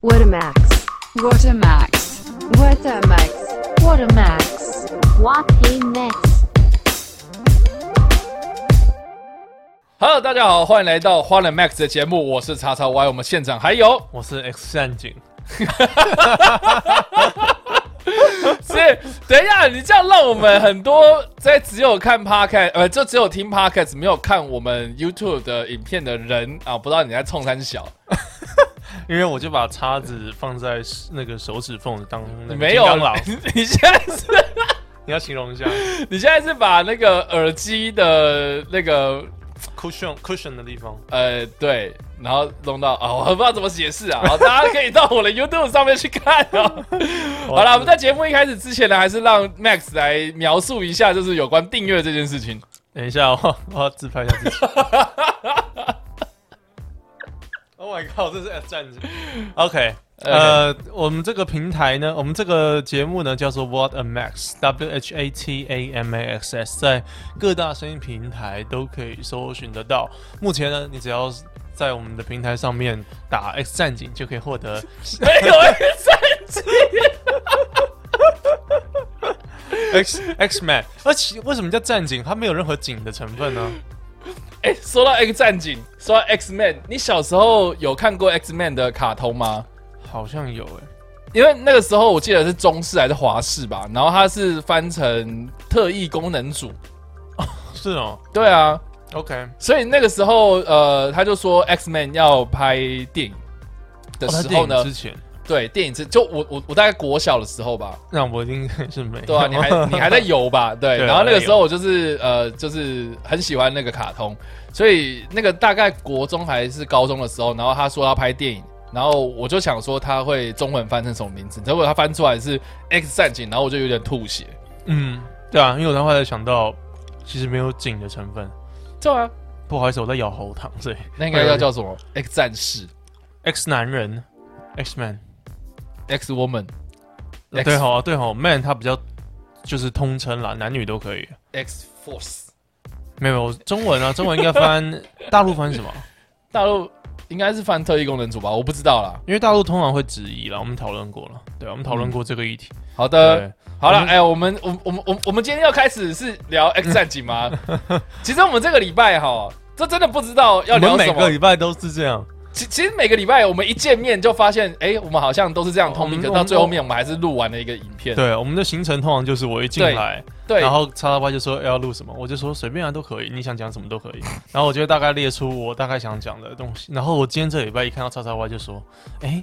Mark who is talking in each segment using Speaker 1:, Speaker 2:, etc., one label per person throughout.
Speaker 1: What a max.
Speaker 2: What a max.
Speaker 1: What a max.
Speaker 3: What a max. What a max.
Speaker 4: Hello，大家好，欢迎来到花人 Max 的节目，我是叉叉 Y，我们现场还有
Speaker 5: 我是 X 战警，
Speaker 4: 是， 等一下，你这样让我们很多在只有看 Podcast，呃，就只有听 Podcast 没有看我们 YouTube 的影片的人啊，不知道你在冲三小，
Speaker 5: 因为我就把叉子放在那个手指缝当那个
Speaker 4: 没
Speaker 5: 嗯金
Speaker 4: 有
Speaker 5: 刚狼，
Speaker 4: 你现在是，
Speaker 5: 你要形容一下
Speaker 4: 你现在是把那个耳机的那个
Speaker 5: cushion cushion 的地方，
Speaker 4: 呃，对，然后弄到啊、我不知道怎么解释啊，好，大家可以到我的 YouTube 上面去看哦。好了，我们在节目一开始之前呢，还是让 Max 来描述一下，就是有关订阅这件事情。
Speaker 5: 等一下我 我要自拍一下自己。Oh my god，这是 X 战警。OK，呃我们这个平台呢，我们这个节目呢叫做 What a Max，W H A T A M A X S，在各大声音平台都可以搜寻得到。目前呢，你只要在我们的平台上面打 X 战警，就可以获得
Speaker 4: 没有 X 战警，
Speaker 5: X X Man，而且为什么叫战警？它没有任何警的成分呢、
Speaker 4: 哎、说到 X 战警，说到 X Man，你小时候有看过 X Man 的卡通吗？
Speaker 5: 好像有诶、欸
Speaker 4: 因为那个时候我记得是中视还是华视吧，然后它是翻成特异功能组。
Speaker 5: 是哦。
Speaker 4: 对啊，
Speaker 5: OK，
Speaker 4: 所以那个时候，呃，他就说 X Man 要拍电影的
Speaker 5: 哦它
Speaker 4: 时
Speaker 5: 电
Speaker 4: 候
Speaker 5: 影
Speaker 4: 呢，
Speaker 5: 之前
Speaker 4: 对电影是就我我我大概国小的时候吧，
Speaker 5: 那我应该是没有。
Speaker 4: 对啊，你 还你还在游吧，对，
Speaker 5: 哎对
Speaker 4: 然后那个
Speaker 5: 还在
Speaker 4: 时候我就是呃就是很喜欢那个卡通，所以那个大概国中还是高中的时候，然后他说要拍电影。然后我就想说他会中文翻成什么名字，结果他翻出来是《X 战警》，然后我就有点吐血。
Speaker 5: 嗯，对啊，因为我的话才想到，其实没有警的成分。
Speaker 4: 对啊，
Speaker 5: 不好意思，我在咬喉糖，所以
Speaker 4: 那应该要叫什么？X 战士、
Speaker 5: X 男人，X Man。
Speaker 4: X Woman、X-
Speaker 5: 对吼，哦对吼，Man 它比较就是通称啦，男女都可以。
Speaker 4: X Force。
Speaker 5: 没有没有中文 啊，中文应该翻大陆翻什么？
Speaker 4: 大陆应该是翻特异功能组吧，我不知道啦。
Speaker 5: 因为大陆通常会质疑啦，我们讨论过了，对啊，我们讨论过这个议题。
Speaker 4: 好的，
Speaker 5: 对，
Speaker 4: 好
Speaker 5: 我
Speaker 4: 了，
Speaker 5: 们
Speaker 4: 哎、我们，我，我们，我们，我们今天要开始是聊 X 战警 吗？其实我们这个礼拜哈，这真的不知道要
Speaker 5: 我
Speaker 4: 聊什
Speaker 5: 们每个
Speaker 4: 么。
Speaker 5: 礼拜都是这样。
Speaker 4: 其其实每个礼拜我们一见面就发现，哎、我们好像都是这样
Speaker 5: 哦
Speaker 4: 通明，
Speaker 5: 我们
Speaker 4: 可到最后面我们还是录完了一个影片。
Speaker 5: 对，我们的行程通常就是我一进
Speaker 4: 对
Speaker 5: 来，
Speaker 4: 对，
Speaker 5: 然后叉叉 Y 就说要录什么，我就说随便啊都可以，你想讲什么都可 以。然后我就会大概列出我大概想讲的东西。然后我今天这礼拜一看到叉叉 Y 就说，哎、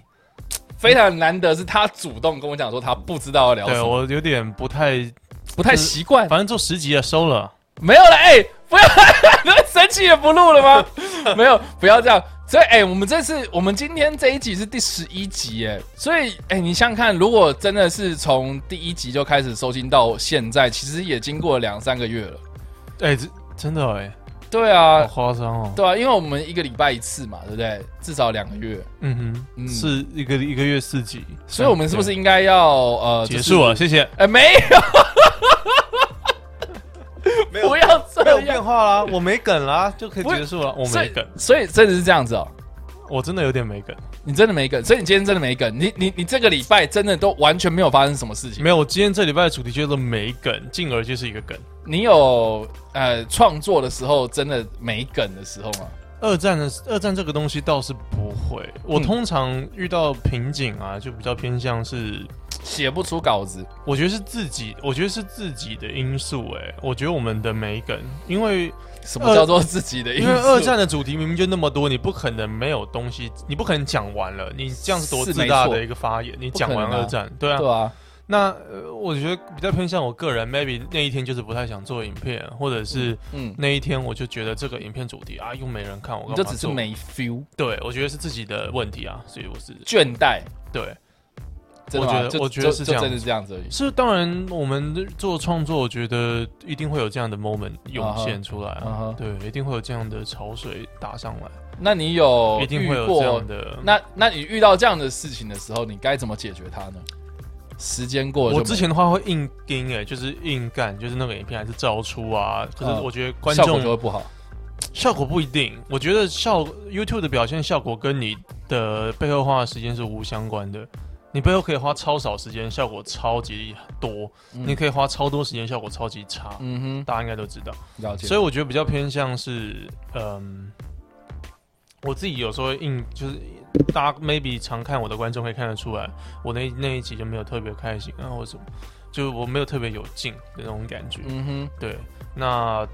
Speaker 4: 非常难得是他主动跟我讲说他不知道要聊什
Speaker 5: 对
Speaker 4: 么，
Speaker 5: 我有点不太，
Speaker 4: 不太习惯。
Speaker 5: 反正做十集了，收了。
Speaker 4: 没有了，哎、不要， 生气也不录了吗？ 没有，不要这样。所以，哎、我们这次，我们今天这一集是第十一集，哎，所以，哎、你想想看，如果真的是从第一集就开始收听到现在，其实也经过了两三个月了。
Speaker 5: 哎、这真的哎、
Speaker 4: 对啊
Speaker 5: 好，夸张哦。
Speaker 4: 对啊，因为我们一个礼拜一次嘛，对不对？至少两个月，
Speaker 5: 嗯
Speaker 4: 嗯
Speaker 5: 哼，是一个一个月四集，
Speaker 4: 所以我们是不是
Speaker 5: 对
Speaker 4: 应该要呃
Speaker 5: 结束？了？
Speaker 4: 就是
Speaker 5: 谢谢。
Speaker 4: 哎、没
Speaker 5: 没
Speaker 4: 有，不要
Speaker 5: 没有
Speaker 4: 这
Speaker 5: 变
Speaker 4: 样。
Speaker 5: 化啦，我没梗啦，就可以
Speaker 4: 不是
Speaker 5: 结束了。我
Speaker 4: 所
Speaker 5: 没
Speaker 4: 以
Speaker 5: 梗，，
Speaker 4: 所以真的是这样子哦、
Speaker 5: 我真的有点没梗。
Speaker 4: 你真的没梗，所以你今天真的没梗，你你你这个礼拜真的都完全没有发生什么事情。
Speaker 5: 没有，我今天这礼拜的主题叫做没梗，进而就是一个梗。
Speaker 4: 你有呃创作的时候真的没梗的时候吗？
Speaker 5: 二战的二战这个东西倒是不会，我
Speaker 4: 嗯
Speaker 5: 通常遇到瓶颈啊，就比较偏向是，
Speaker 4: 写不出稿子，
Speaker 5: 我觉得是自己，我觉得是自己的因素、欸。我觉得我们的美梗，因为
Speaker 4: 什么叫做自己的因
Speaker 5: 呃因
Speaker 4: 素？
Speaker 5: 为二战的主题明明就那么多，你不可能没有东西，你不可能讲完了，你这样是多
Speaker 4: 是
Speaker 5: 自大
Speaker 4: 没错
Speaker 5: 的一个发言，你
Speaker 4: 不可
Speaker 5: 讲
Speaker 4: 能啊
Speaker 5: 完二战，对啊，
Speaker 4: 对啊，
Speaker 5: 那、呃、我觉得比较偏向我个人，maybe 那一天就是不太想做影片，或者是
Speaker 4: 嗯，
Speaker 5: 那一天我就觉得这个影片主题啊又没人看，我
Speaker 4: 你
Speaker 5: 干
Speaker 4: 就
Speaker 5: 嘛
Speaker 4: 只是
Speaker 5: 做
Speaker 4: 没 feel，
Speaker 5: 对，我觉得是自己的问题啊，所以我是
Speaker 4: 倦怠，
Speaker 5: 对。
Speaker 4: 真的吗
Speaker 5: 我觉得
Speaker 4: 就
Speaker 5: 我觉得
Speaker 4: 就是就
Speaker 5: 这样
Speaker 4: 真的是这样子而已。
Speaker 5: 是当然，我们做创作，我觉得一定会有这样的 moment 涌现出来
Speaker 4: 啊哈
Speaker 5: 啊，对，一定会有这样的潮水打上来，
Speaker 4: 那你有
Speaker 5: 一定
Speaker 4: 哦遇
Speaker 5: 会有这
Speaker 4: 过
Speaker 5: 样？的。
Speaker 4: 那那你遇到这样的事情的时候，你该怎么解决它呢？时间过了就没，
Speaker 5: 我之前的话会硬欸盯哎、就是硬干，就是那个影片还是照出啊。可
Speaker 4: 啊
Speaker 5: 是我觉得观
Speaker 4: 效果就
Speaker 5: 众
Speaker 4: 会不好。
Speaker 5: 效果不一定，我觉得效 YouTube 的表现效果跟你的背后花的时间是无相关的。你背后可以花超少时间，效果超级多；你可以花超多时间，效果超级差。
Speaker 4: 嗯
Speaker 5: 大家应该都知道，
Speaker 4: 哼，了解。
Speaker 5: 所
Speaker 4: 以
Speaker 5: 以我觉得比较偏向是，嗯，我自己有时候硬就是大家 maybe 常看我的观众可以看得出来，我那那一集就没有特别开心，然后我什么，就我没有特别有劲的那种感觉。
Speaker 4: 嗯哼，
Speaker 5: 对，那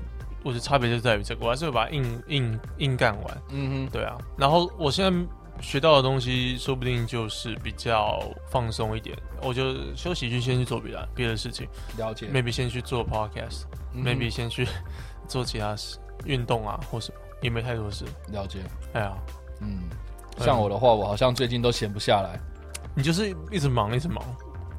Speaker 5: 我的差别就在于这个，我还是会把它硬硬硬干完。
Speaker 4: 嗯
Speaker 5: 对啊，然后我现在学到的东西，说不定就是比较放松一点。我就休息去先去做别的别的事情
Speaker 4: 哼，了解。
Speaker 5: ，maybe 先去做 podcast，maybe、
Speaker 4: 嗯哼
Speaker 5: maybe 先去 做其他事，运动啊或什么，也没太多事。
Speaker 4: 了解。
Speaker 5: 哎呀，
Speaker 4: 嗯，像我的话，我好像最近都闲不下来。
Speaker 5: 你就是一直忙一直忙，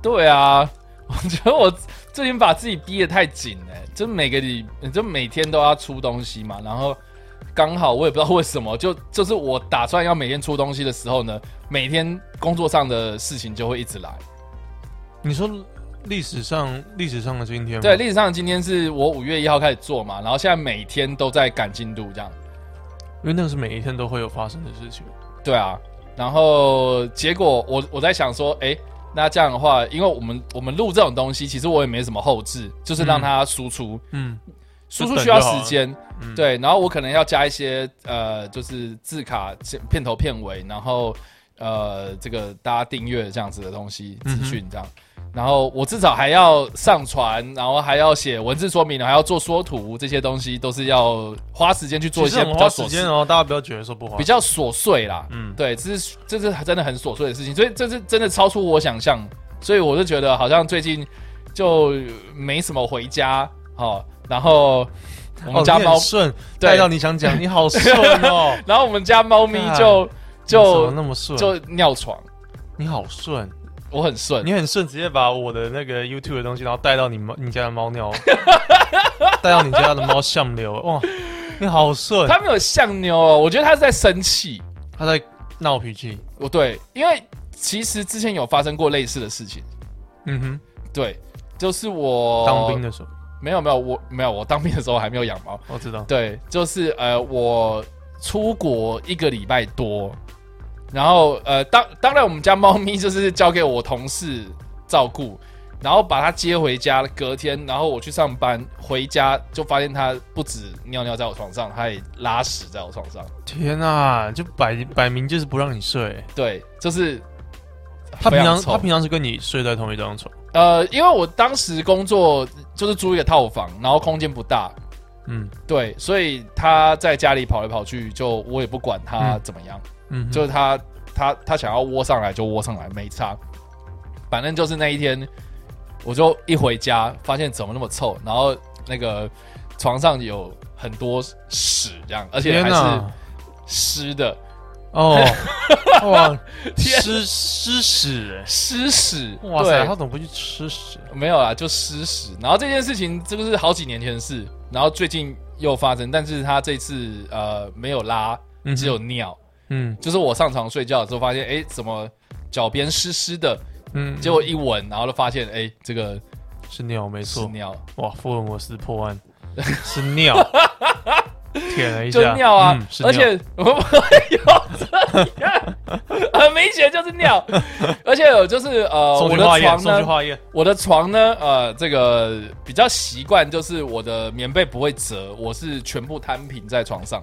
Speaker 4: 对啊， 我觉得我最近把自己逼得太紧了、就每个礼，就每天都要出东西嘛，然后刚好我也不知道为什么，就就是我打算要每天出东西的时候呢，每天工作上的事情就会一直来。
Speaker 5: 你说。历史上，历史上的今天吗，
Speaker 4: 对，历史上今天是我五月一号开始做嘛，然后现在每天都在赶进度这样。
Speaker 5: 因为那个是每一天都会有发生的事情。
Speaker 4: 对啊，然后结果我我在想说，诶，那这样的话，因为我们我们录这种东西，其实我也没什么后置，就是让它输出。
Speaker 5: 嗯
Speaker 4: 输
Speaker 5: 就
Speaker 4: 出
Speaker 5: 等
Speaker 4: 需要
Speaker 5: 就好
Speaker 4: 时间，
Speaker 5: 嗯
Speaker 4: 对，然后我可能要加一些呃，就是字卡、片片头、片尾，然后呃，这个大家订阅这样子的东西
Speaker 5: 嗯哼
Speaker 4: 资讯这样，然后我至少还要上传，然后还要写文字说明，然后还要做缩图，这些东西都是要花时间去做一
Speaker 5: 其
Speaker 4: 些
Speaker 5: 实
Speaker 4: 比
Speaker 5: 很
Speaker 4: 较
Speaker 5: 花
Speaker 4: 琐
Speaker 5: 时
Speaker 4: 碎
Speaker 5: 间、哦，大家不要觉得说不花
Speaker 4: 比。较琐碎啦。
Speaker 5: 嗯，
Speaker 4: 对，这是这是真的很琐碎的事情，所以这是真的超出我想象，所以我就觉得好像最近就没什么回家哦，然后我们家
Speaker 5: 哦你很
Speaker 4: 猫
Speaker 5: 顺，
Speaker 4: 对，
Speaker 5: 带到你想讲，你好顺哦
Speaker 4: 然后我们家猫咪就
Speaker 5: 你
Speaker 4: 就
Speaker 5: 怎么那么顺，
Speaker 4: 就尿床，
Speaker 5: 你好顺，
Speaker 4: 我很顺，
Speaker 5: 你很顺，直接把我的那个 YouTube 的东西，然后带到你猫你家的 猫尿，带到你家的猫相流，哇，你好顺，
Speaker 4: 它没有像妞哦，我觉得它是在生气。
Speaker 5: 它在闹脾气，
Speaker 4: 我对，因为其实之前有发生过类似的事情，
Speaker 5: 嗯
Speaker 4: 对，就是我
Speaker 5: 哼，当兵的时候
Speaker 4: 没有没有我没有我当兵的时候还没有养猫，
Speaker 5: 我知道，
Speaker 4: 对，就是呃我出国一个礼拜多，然后呃当当然我们家猫咪就是交给我同事照顾，然后把它接回家，隔天然后我去上班，回家就发现它不止尿尿在我床上，它也拉屎在我床上，
Speaker 5: 天啊，就摆摆明就是不让你睡，
Speaker 4: 对，就是
Speaker 5: 它
Speaker 4: 非
Speaker 5: 平
Speaker 4: 常
Speaker 5: 常
Speaker 4: 臭
Speaker 5: 它平常是跟你睡在同一张床，
Speaker 4: 呃因为我当时工作就是租一个套房，然后空间不大，
Speaker 5: 嗯
Speaker 4: 对，所以它在家里跑来跑去，就我也不管它
Speaker 5: 嗯
Speaker 4: 怎么样。
Speaker 5: 嗯哼，
Speaker 4: 就是他他他想要窝上来就窝上来，没差。反正就是那一天，我就一回家发现怎么那么臭，然后那个床上有很多屎，这样，而且
Speaker 5: 天
Speaker 4: 还是
Speaker 5: 哪，
Speaker 4: 湿的，
Speaker 5: 哦，哇，
Speaker 4: 天啊
Speaker 5: 吃吃屎欸。
Speaker 4: 湿屎，
Speaker 5: 哇塞，
Speaker 4: 对
Speaker 5: 他怎么不去吃屎？
Speaker 4: 没有啦，就湿屎。然后这件事情这个是好几年前的事，然后最近又发生，但是他这次呃没有拉，
Speaker 5: 嗯哼
Speaker 4: 只有尿。
Speaker 5: 嗯
Speaker 4: 就是我上床睡觉的时候发现，哎、怎么脚边湿湿的？
Speaker 5: 嗯，
Speaker 4: 结果一闻，然后就发现，哎、这个
Speaker 5: 是尿，没
Speaker 4: 是
Speaker 5: 错。
Speaker 4: 尿，
Speaker 5: 哇，福尔摩斯破 案是尿，舔了一
Speaker 4: 就
Speaker 5: 下，
Speaker 4: 尿啊，
Speaker 5: 嗯、是
Speaker 4: 而
Speaker 5: 尿
Speaker 4: 且我们有这样，很明显就是尿，而且有就是呃，
Speaker 5: 送
Speaker 4: 我
Speaker 5: 去
Speaker 4: 的
Speaker 5: 化验，
Speaker 4: 床
Speaker 5: 送去
Speaker 4: 呢，
Speaker 5: 化验。
Speaker 4: 我的床呢，呃，这个比较习惯就是我的棉被不会折，我是全部摊平在床上，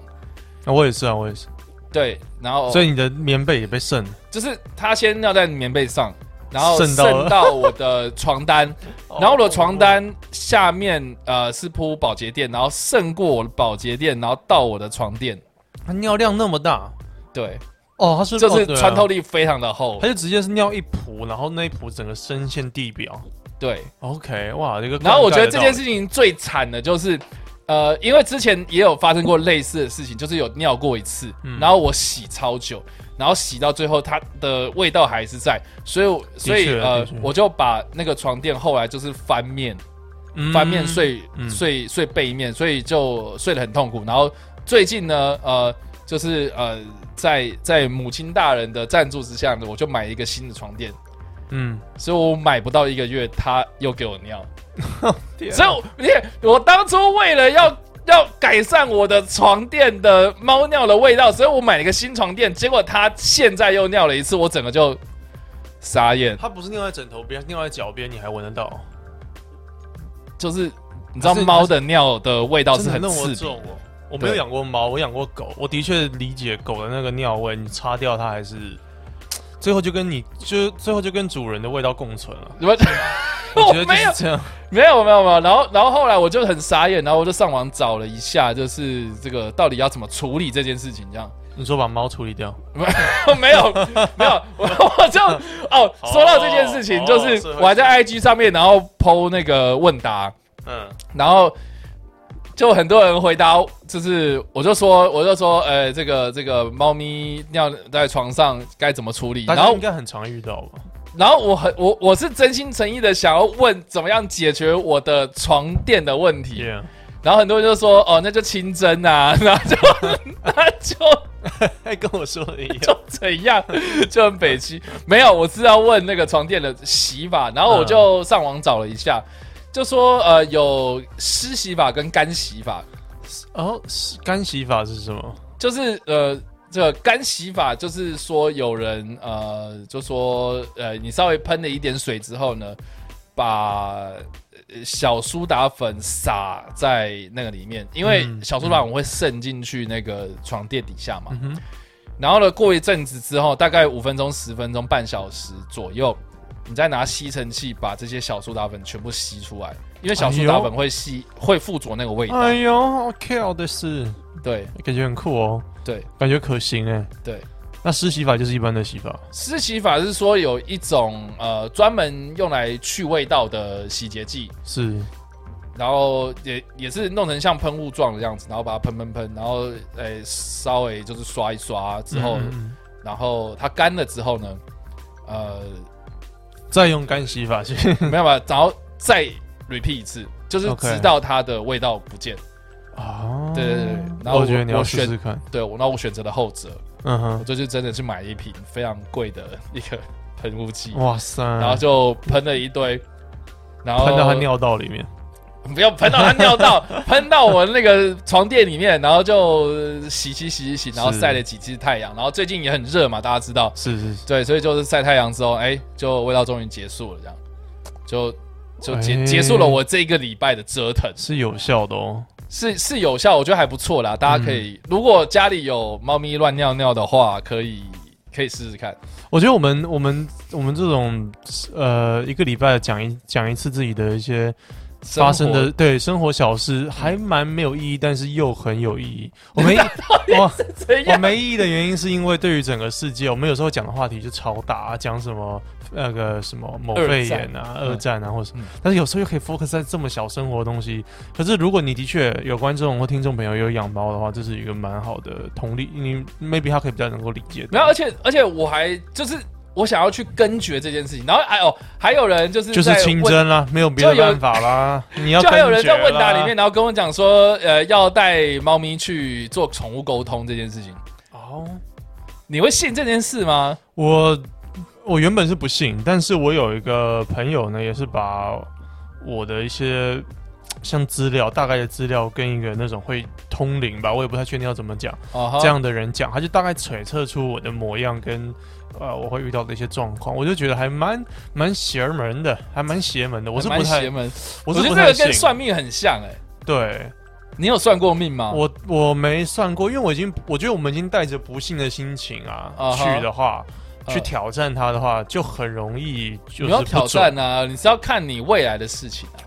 Speaker 5: 啊我也是啊，我也是。
Speaker 4: 对，然后
Speaker 5: 所以你的棉被也被渗了，
Speaker 4: 就是他先尿在棉被上，然后
Speaker 5: 渗到了
Speaker 4: 渗到我的床 单，然后我的床
Speaker 5: 哦
Speaker 4: 单下面呃是铺保洁垫，然后渗过我的保洁垫，然后到我的床垫，
Speaker 5: 它尿量那么大，
Speaker 4: 对，
Speaker 5: 哦，它是
Speaker 4: 就
Speaker 5: 哦
Speaker 4: 是
Speaker 5: 对啊
Speaker 4: 穿透力非常的厚
Speaker 5: 它，就直接是尿一壶，然后那一壶整个深陷地表。
Speaker 4: 对。
Speaker 5: OK，哇，这个。
Speaker 4: 然后我觉得这件事，情最惨的就是，呃，因为之前也有发生过类似的事情，就是有尿过一次，
Speaker 5: 嗯
Speaker 4: 然后我洗超久，然后洗到最后它的味道还是在，所以我所以
Speaker 5: 的确
Speaker 4: 呃
Speaker 5: 的确，
Speaker 4: 我就把那个床垫后来就是翻面，
Speaker 5: 嗯
Speaker 4: 翻面睡、
Speaker 5: 嗯
Speaker 4: 睡睡背面，所以就睡得很痛苦。然后最近呢，呃，就是呃，在在母亲大人的赞助之下呢，我就买一个新的床垫，
Speaker 5: 嗯，
Speaker 4: 所以我买不到一个月，他又给我尿，
Speaker 5: 天啊
Speaker 4: 所以我你看我当初为了要要改善我的床垫的猫尿的味道，所以我买了一个新床垫，结果它现在又尿了一次，我整个就傻眼，
Speaker 5: 它不是尿在枕头边，尿在脚边，你还闻得到？
Speaker 4: 就是你知道猫的尿的味道是
Speaker 5: 真
Speaker 4: 很
Speaker 5: 的那么
Speaker 4: 刺鼻
Speaker 5: 重哦。我没有
Speaker 4: 对
Speaker 5: 养过猫，我养过狗，我的确理解狗的那个尿味，你擦掉它还是，最后就跟你就最后就跟主人的味道共存了。
Speaker 4: 你们
Speaker 5: 我
Speaker 4: 我
Speaker 5: 觉得就
Speaker 4: 没有
Speaker 5: 是这样。
Speaker 4: 没有没有没有，然后然后后来我就很傻眼，然后我就上网找了一下，就是这个到底要怎么处理这件事情，这样。
Speaker 5: 你说把猫处理掉，
Speaker 4: 没有，没有， 我我就哦，说到这件事情，
Speaker 5: 哦
Speaker 4: 就是
Speaker 5: 是会
Speaker 4: 我还在 IG 上面，然后 PO 那个问答，
Speaker 5: 嗯，
Speaker 4: 然后就很多人回答，就是我就说，我就说，呃，这个这个猫咪尿在床上该怎么处理？
Speaker 5: 大
Speaker 4: 然
Speaker 5: 家
Speaker 4: 后
Speaker 5: 应该很常遇到吧？
Speaker 4: 然后我很我我是真心诚意的想要问怎么样解决我的床垫的问题。
Speaker 5: y
Speaker 4: 然后很多人就说，哦，那就清蒸啊， 然后就那就
Speaker 5: 还哎跟我说的一 样
Speaker 4: 就怎样，就很北七。没有，我是要问那个床垫的洗法，然后我就上网找了一下，就说呃有湿洗法跟干洗法，
Speaker 5: 哦，是干洗法是什么？
Speaker 4: 就是呃。这个干洗法就是说，有人呃，就说呃，你稍微喷了一点水之后呢，把呃小苏打粉撒在那个里面，因为
Speaker 5: 嗯
Speaker 4: 小苏打粉会渗进去那个床垫底下嘛。
Speaker 5: 嗯哼，
Speaker 4: 然后呢，过一阵子之后，大概五分钟、十分钟、半小时左右，你再拿吸尘器把这些小苏打粉全部吸出来，因为小苏打粉会吸，会附着那个味道。
Speaker 5: 哎呦，好 care 的是，
Speaker 4: 对
Speaker 5: 感觉很酷哦，
Speaker 4: 对
Speaker 5: 感觉可行哎。
Speaker 4: 对，
Speaker 5: 那湿洗法就是一般的洗法，
Speaker 4: 湿洗法是说有一种呃专门用来去味道的洗洁剂，
Speaker 5: 是
Speaker 4: 然后也也是弄成像喷雾状的样子，然后把它喷喷喷，然后呃稍微就是刷一刷之后，
Speaker 5: 嗯嗯嗯
Speaker 4: 然后它干了之后呢，呃
Speaker 5: 再用干洗法 去。
Speaker 4: 没有办法，然后再 repeat 一次，就是直
Speaker 5: OK
Speaker 4: 到它的味道不见。
Speaker 5: 哦，
Speaker 4: 对对对然后
Speaker 5: 我觉
Speaker 4: 我
Speaker 5: 得你要
Speaker 4: 我
Speaker 5: 试试
Speaker 4: 选
Speaker 5: 看。
Speaker 4: 对，我那我选择了后者，
Speaker 5: 嗯
Speaker 4: 我
Speaker 5: 哼，
Speaker 4: 这就真的去买一瓶非常贵的一个 喷雾器，
Speaker 5: 哇塞，
Speaker 4: 然后就喷了一堆，然后
Speaker 5: 喷到他，尿道里面，
Speaker 4: 不要喷到它尿 到，喷到我那个床垫里面，然后就呃洗洗洗洗洗，然后
Speaker 5: 是
Speaker 4: 晒了几次太阳，然后最近也很热嘛，大家知道，
Speaker 5: 是是是，
Speaker 4: 对，所以就是晒太阳之后，哎，就味道终于结束了，这样就。就结
Speaker 5: 哎
Speaker 4: 结束了我这一个礼拜的折腾，
Speaker 5: 是有效的哦。
Speaker 4: 是是有效，我觉得还不错啦。大家可
Speaker 5: 嗯
Speaker 4: 以，如果家里有猫咪乱尿尿的话，可以可以试试看。
Speaker 5: 我觉得我们我们我们这种呃一个礼拜讲一讲一次自己的一些发生的
Speaker 4: 生
Speaker 5: 对生活小事，还蛮没有意义，但是又很有意义。我 没我
Speaker 4: 活怎
Speaker 5: 我
Speaker 4: 样？
Speaker 5: 没意义的原因是因为对于整个世界，我们有时候讲的话题就超大，啊讲什么那个什么某
Speaker 4: 二战
Speaker 5: 肺炎啊、
Speaker 4: 嗯
Speaker 5: 二战啊，或者什么
Speaker 4: 嗯，
Speaker 5: 但是有时候又可以 focus 在这么小生活的东西。可是如果你的确有观众或听众朋友有养猫的话，这是一个蛮好的同理，你 maybe 他可以比较能够理解
Speaker 4: 没有，
Speaker 5: 到。
Speaker 4: 而且而且我还就是我想要去根绝这件事情。然后哎哦，还有人就是
Speaker 5: 就是
Speaker 4: 在
Speaker 5: 清
Speaker 4: 问。
Speaker 5: 真啦，没有别的
Speaker 4: 就有
Speaker 5: 办法啦。你要
Speaker 4: 就还有
Speaker 5: 根
Speaker 4: 人
Speaker 5: 绝
Speaker 4: 在问答
Speaker 5: 啦
Speaker 4: 里面，然后跟我讲说，呃，要带猫咪去做宠物沟通这件事情，
Speaker 5: 哦，
Speaker 4: 你会信这件事吗？
Speaker 5: 我我原本是不信，但是我有一个朋友呢，也是把我的一些像资料、大概的资料跟一个那种会通灵吧，我也不太确定要怎么讲
Speaker 4: 哦、哈
Speaker 5: 这样的人讲，他就大概揣测出我的模样跟呃我会遇到的一些状况，我就觉得还蛮蛮邪门的，还蛮邪门的。我是
Speaker 4: 还
Speaker 5: 不
Speaker 4: 蛮
Speaker 5: 太
Speaker 4: 邪，门，
Speaker 5: 我
Speaker 4: 觉
Speaker 5: 是
Speaker 4: 得
Speaker 5: 不
Speaker 4: 这
Speaker 5: 太
Speaker 4: 个跟
Speaker 5: 信。
Speaker 4: 算命很像哎、
Speaker 5: 对，
Speaker 4: 你有算过命吗？
Speaker 5: 我我没算过，因为我已经我觉得我们已经带着不幸的心情啊、
Speaker 4: 啊哈
Speaker 5: 去的话，
Speaker 4: 嗯
Speaker 5: 去挑战它的话，就很容易就是
Speaker 4: 你要挑
Speaker 5: 不准
Speaker 4: 战啊，你是要看你未来的事情啊。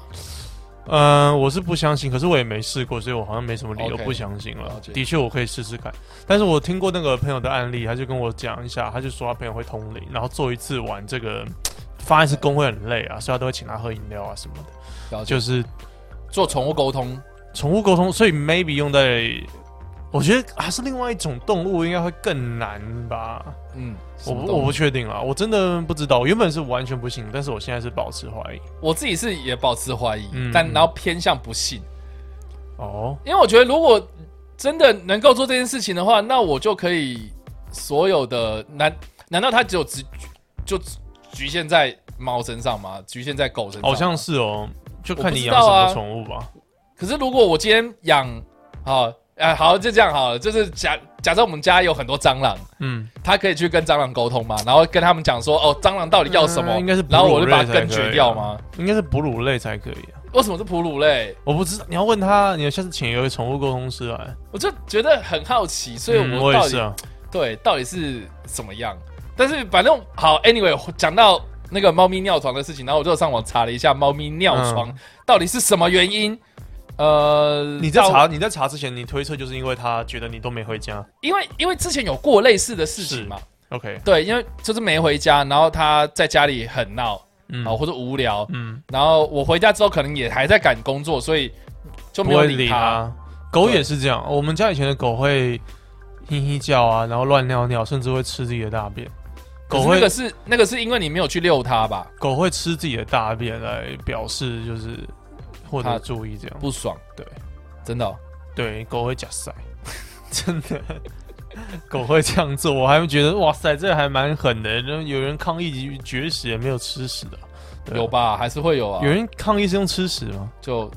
Speaker 5: 嗯、我是不相信，可是我也没试过，所以我好像没什么理由
Speaker 4: OK，
Speaker 5: 不相信了。
Speaker 4: 了解
Speaker 5: 的确，我可以试试看。但是我听过那个朋友的案例，他就跟我讲一下，他就说他朋友会通灵，然后做一次玩这个发一次工会很累啊，所以他都会请他喝饮料啊什么的，
Speaker 4: 了解
Speaker 5: 就是
Speaker 4: 做宠物沟通，
Speaker 5: 宠物沟通，所以 maybe 用在。我觉得还是另外一种动物，应该会更难吧。
Speaker 4: 嗯，什
Speaker 5: 我
Speaker 4: 么
Speaker 5: 不
Speaker 4: 动物
Speaker 5: 我不确定啊，我真的不知道。我原本是完全不信，但是我现在是保持怀疑。
Speaker 4: 我自己是也保持怀疑，
Speaker 5: 嗯
Speaker 4: 但
Speaker 5: 嗯
Speaker 4: 然后偏向不信，
Speaker 5: 哦，
Speaker 4: 因为我觉得如果真的能够做这件事情的话，那我就可以所有的难难道它只有只就局限在猫身上吗？局限在狗身上？
Speaker 5: 好像。是哦，就看你
Speaker 4: 我不知
Speaker 5: 养什
Speaker 4: 道啊
Speaker 5: 么宠物吧。
Speaker 4: 可是如果我今天养好，哎、好，就这样好了。就是假假设我们家有很多蟑螂，
Speaker 5: 嗯，
Speaker 4: 他可以去跟蟑螂沟通嘛，然后跟他们讲说，哦，蟑螂到底要什么？
Speaker 5: 嗯应该是哺乳
Speaker 4: 然后我就把它
Speaker 5: 类才
Speaker 4: 根绝
Speaker 5: 可以
Speaker 4: 掉
Speaker 5: 啊
Speaker 4: 吗？
Speaker 5: 应该是哺乳类才可以啊。
Speaker 4: 为什么是哺乳类？
Speaker 5: 我不知道，你要问他，你要下次请一位宠物沟通师来。
Speaker 4: 我就觉得很好奇，所以
Speaker 5: 嗯
Speaker 4: 我
Speaker 5: 也
Speaker 4: 到
Speaker 5: 是
Speaker 4: 底、
Speaker 5: 啊，
Speaker 4: 对到底是怎么样？但是反正好，anyway，讲到那个猫咪尿床的事情，然后我就上网查了一下猫咪尿床到底是什么原因。呃，
Speaker 5: 嗯你在
Speaker 4: 到
Speaker 5: 查你在查之前，你推测就是因为他觉得你都没回家。
Speaker 4: 因为因为之前有过类似的事
Speaker 5: 是
Speaker 4: 情嘛，
Speaker 5: OK，
Speaker 4: 对，因为就是没回家，然后他在家里很闹，
Speaker 5: 嗯
Speaker 4: 啊、或者无聊，
Speaker 5: 嗯，
Speaker 4: 然后我回家之后可能也还在赶工作，所以就
Speaker 5: 不
Speaker 4: 没有
Speaker 5: 会
Speaker 4: 理
Speaker 5: 理
Speaker 4: 他。
Speaker 5: 他。狗
Speaker 4: 对
Speaker 5: 也是这样，我们家以前的狗会嘿嘿叫啊，然后乱尿尿，甚至会吃自己的大便。
Speaker 4: 可
Speaker 5: 狗
Speaker 4: 是那
Speaker 5: 会
Speaker 4: 个是那个是因为你没有去遛它吧，
Speaker 5: 狗会吃自己的大便来表示就是获
Speaker 4: 它
Speaker 5: 得注意这样。
Speaker 4: 不爽，
Speaker 5: 对，
Speaker 4: 真的哦、
Speaker 5: 对，狗会假塞， 真的，狗会这样做，我还觉得哇塞，这还蛮狠的。然后有人抗议绝食，也没有吃屎的，对啊
Speaker 4: 有？吧，还是会有啊，
Speaker 5: 有人抗议是用吃屎吗？
Speaker 4: 就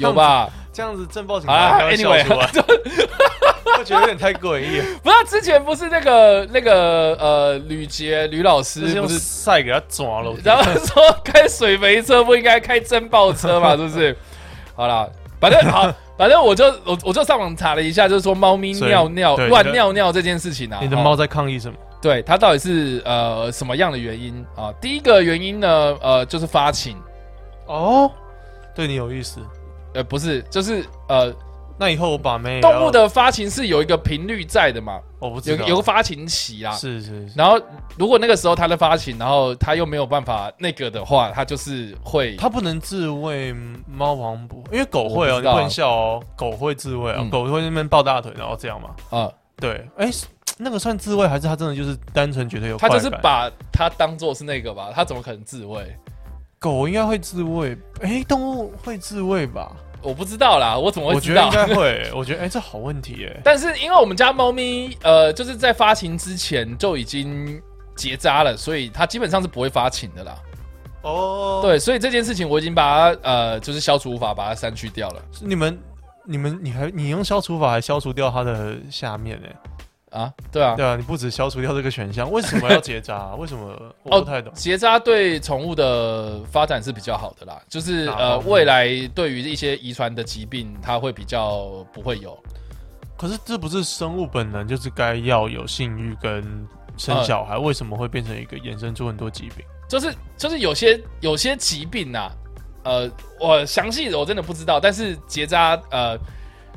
Speaker 4: 有？吧。
Speaker 5: 这样子震爆警
Speaker 4: 啊
Speaker 5: 察还会笑
Speaker 4: ，anyway，
Speaker 5: 出 来，我觉得有点太诡异了。
Speaker 4: 不是啊之前不是那个那个呃吕杰吕老
Speaker 5: 就是
Speaker 4: 师
Speaker 5: 用
Speaker 4: 不是，
Speaker 5: 晒给他抓了，我
Speaker 4: 然后说开水肥车不应该开蒸爆车嘛，是不是？好啦，反正好，反正我就我我就上网查了一下，就是说猫咪
Speaker 5: 所以
Speaker 4: 尿尿
Speaker 5: 对
Speaker 4: 乱
Speaker 5: 你的
Speaker 4: 尿尿这件事情啊，
Speaker 5: 你的
Speaker 4: 哦
Speaker 5: 猫在抗议什么？
Speaker 4: 对它到底是呃什么样的原因啊？第一个原因呢，呃，就是发情，
Speaker 5: 哦，对你有意思。
Speaker 4: 呃，不是，就是呃，
Speaker 5: 那以后我把妹也要
Speaker 4: 动物，的发情是有一个频率在的嘛，
Speaker 5: 我不
Speaker 4: 有
Speaker 5: 知道，
Speaker 4: 有个发情期啦。
Speaker 5: 是是是，
Speaker 4: 然后如果那个时候它的发情，然后它又没有办法那个的话，它就是会
Speaker 5: 它不能自慰猫王不，因为狗会
Speaker 4: 我不
Speaker 5: 哦，
Speaker 4: 知
Speaker 5: 你
Speaker 4: 道
Speaker 5: 不能笑哦，狗会自慰哦
Speaker 4: 嗯，
Speaker 5: 狗会在那边抱大腿，然后这样嘛。
Speaker 4: 啊，
Speaker 5: 对，哎，是那个算自慰还是它真的就是单纯觉得有
Speaker 4: 它
Speaker 5: 快
Speaker 4: 就
Speaker 5: 感？
Speaker 4: 是把它当做是那个吧，它怎么可能自慰？
Speaker 5: 狗应该会自慰，哎，动物会自慰吧？
Speaker 4: 我不知道啦，我怎么
Speaker 5: 我
Speaker 4: 会
Speaker 5: 觉
Speaker 4: 知
Speaker 5: 得
Speaker 4: 道
Speaker 5: 应？该会， 我觉得哎，这好问题哎。
Speaker 4: 但是因为我们家猫咪呃，就是在发情之前就已经结扎了，所以它基本上是不会发情的啦。
Speaker 5: 哦，
Speaker 4: 对，所以这件事情我已经把它呃，就是消除法把它删去掉了
Speaker 5: 你们。你们，你还你用消除法还消除掉它的下面呢、
Speaker 4: 啊，对啊，
Speaker 5: 对啊，你不止消除掉这个选项，为什么要结扎、啊为什么我
Speaker 4: 哦
Speaker 5: 不太懂？
Speaker 4: 结扎对宠物的发展是比较好的啦，就是
Speaker 5: 哪
Speaker 4: 呃，
Speaker 5: 方面
Speaker 4: 未来对于一些遗传的疾病，它会比较不会有。
Speaker 5: 可是这不是生物本能就是该要有性欲跟生小孩，为什么会变成一个衍生出很多疾病？
Speaker 4: 就是就是有些有些疾病啊，呃，我详细的我真的不知道，但是结扎呃，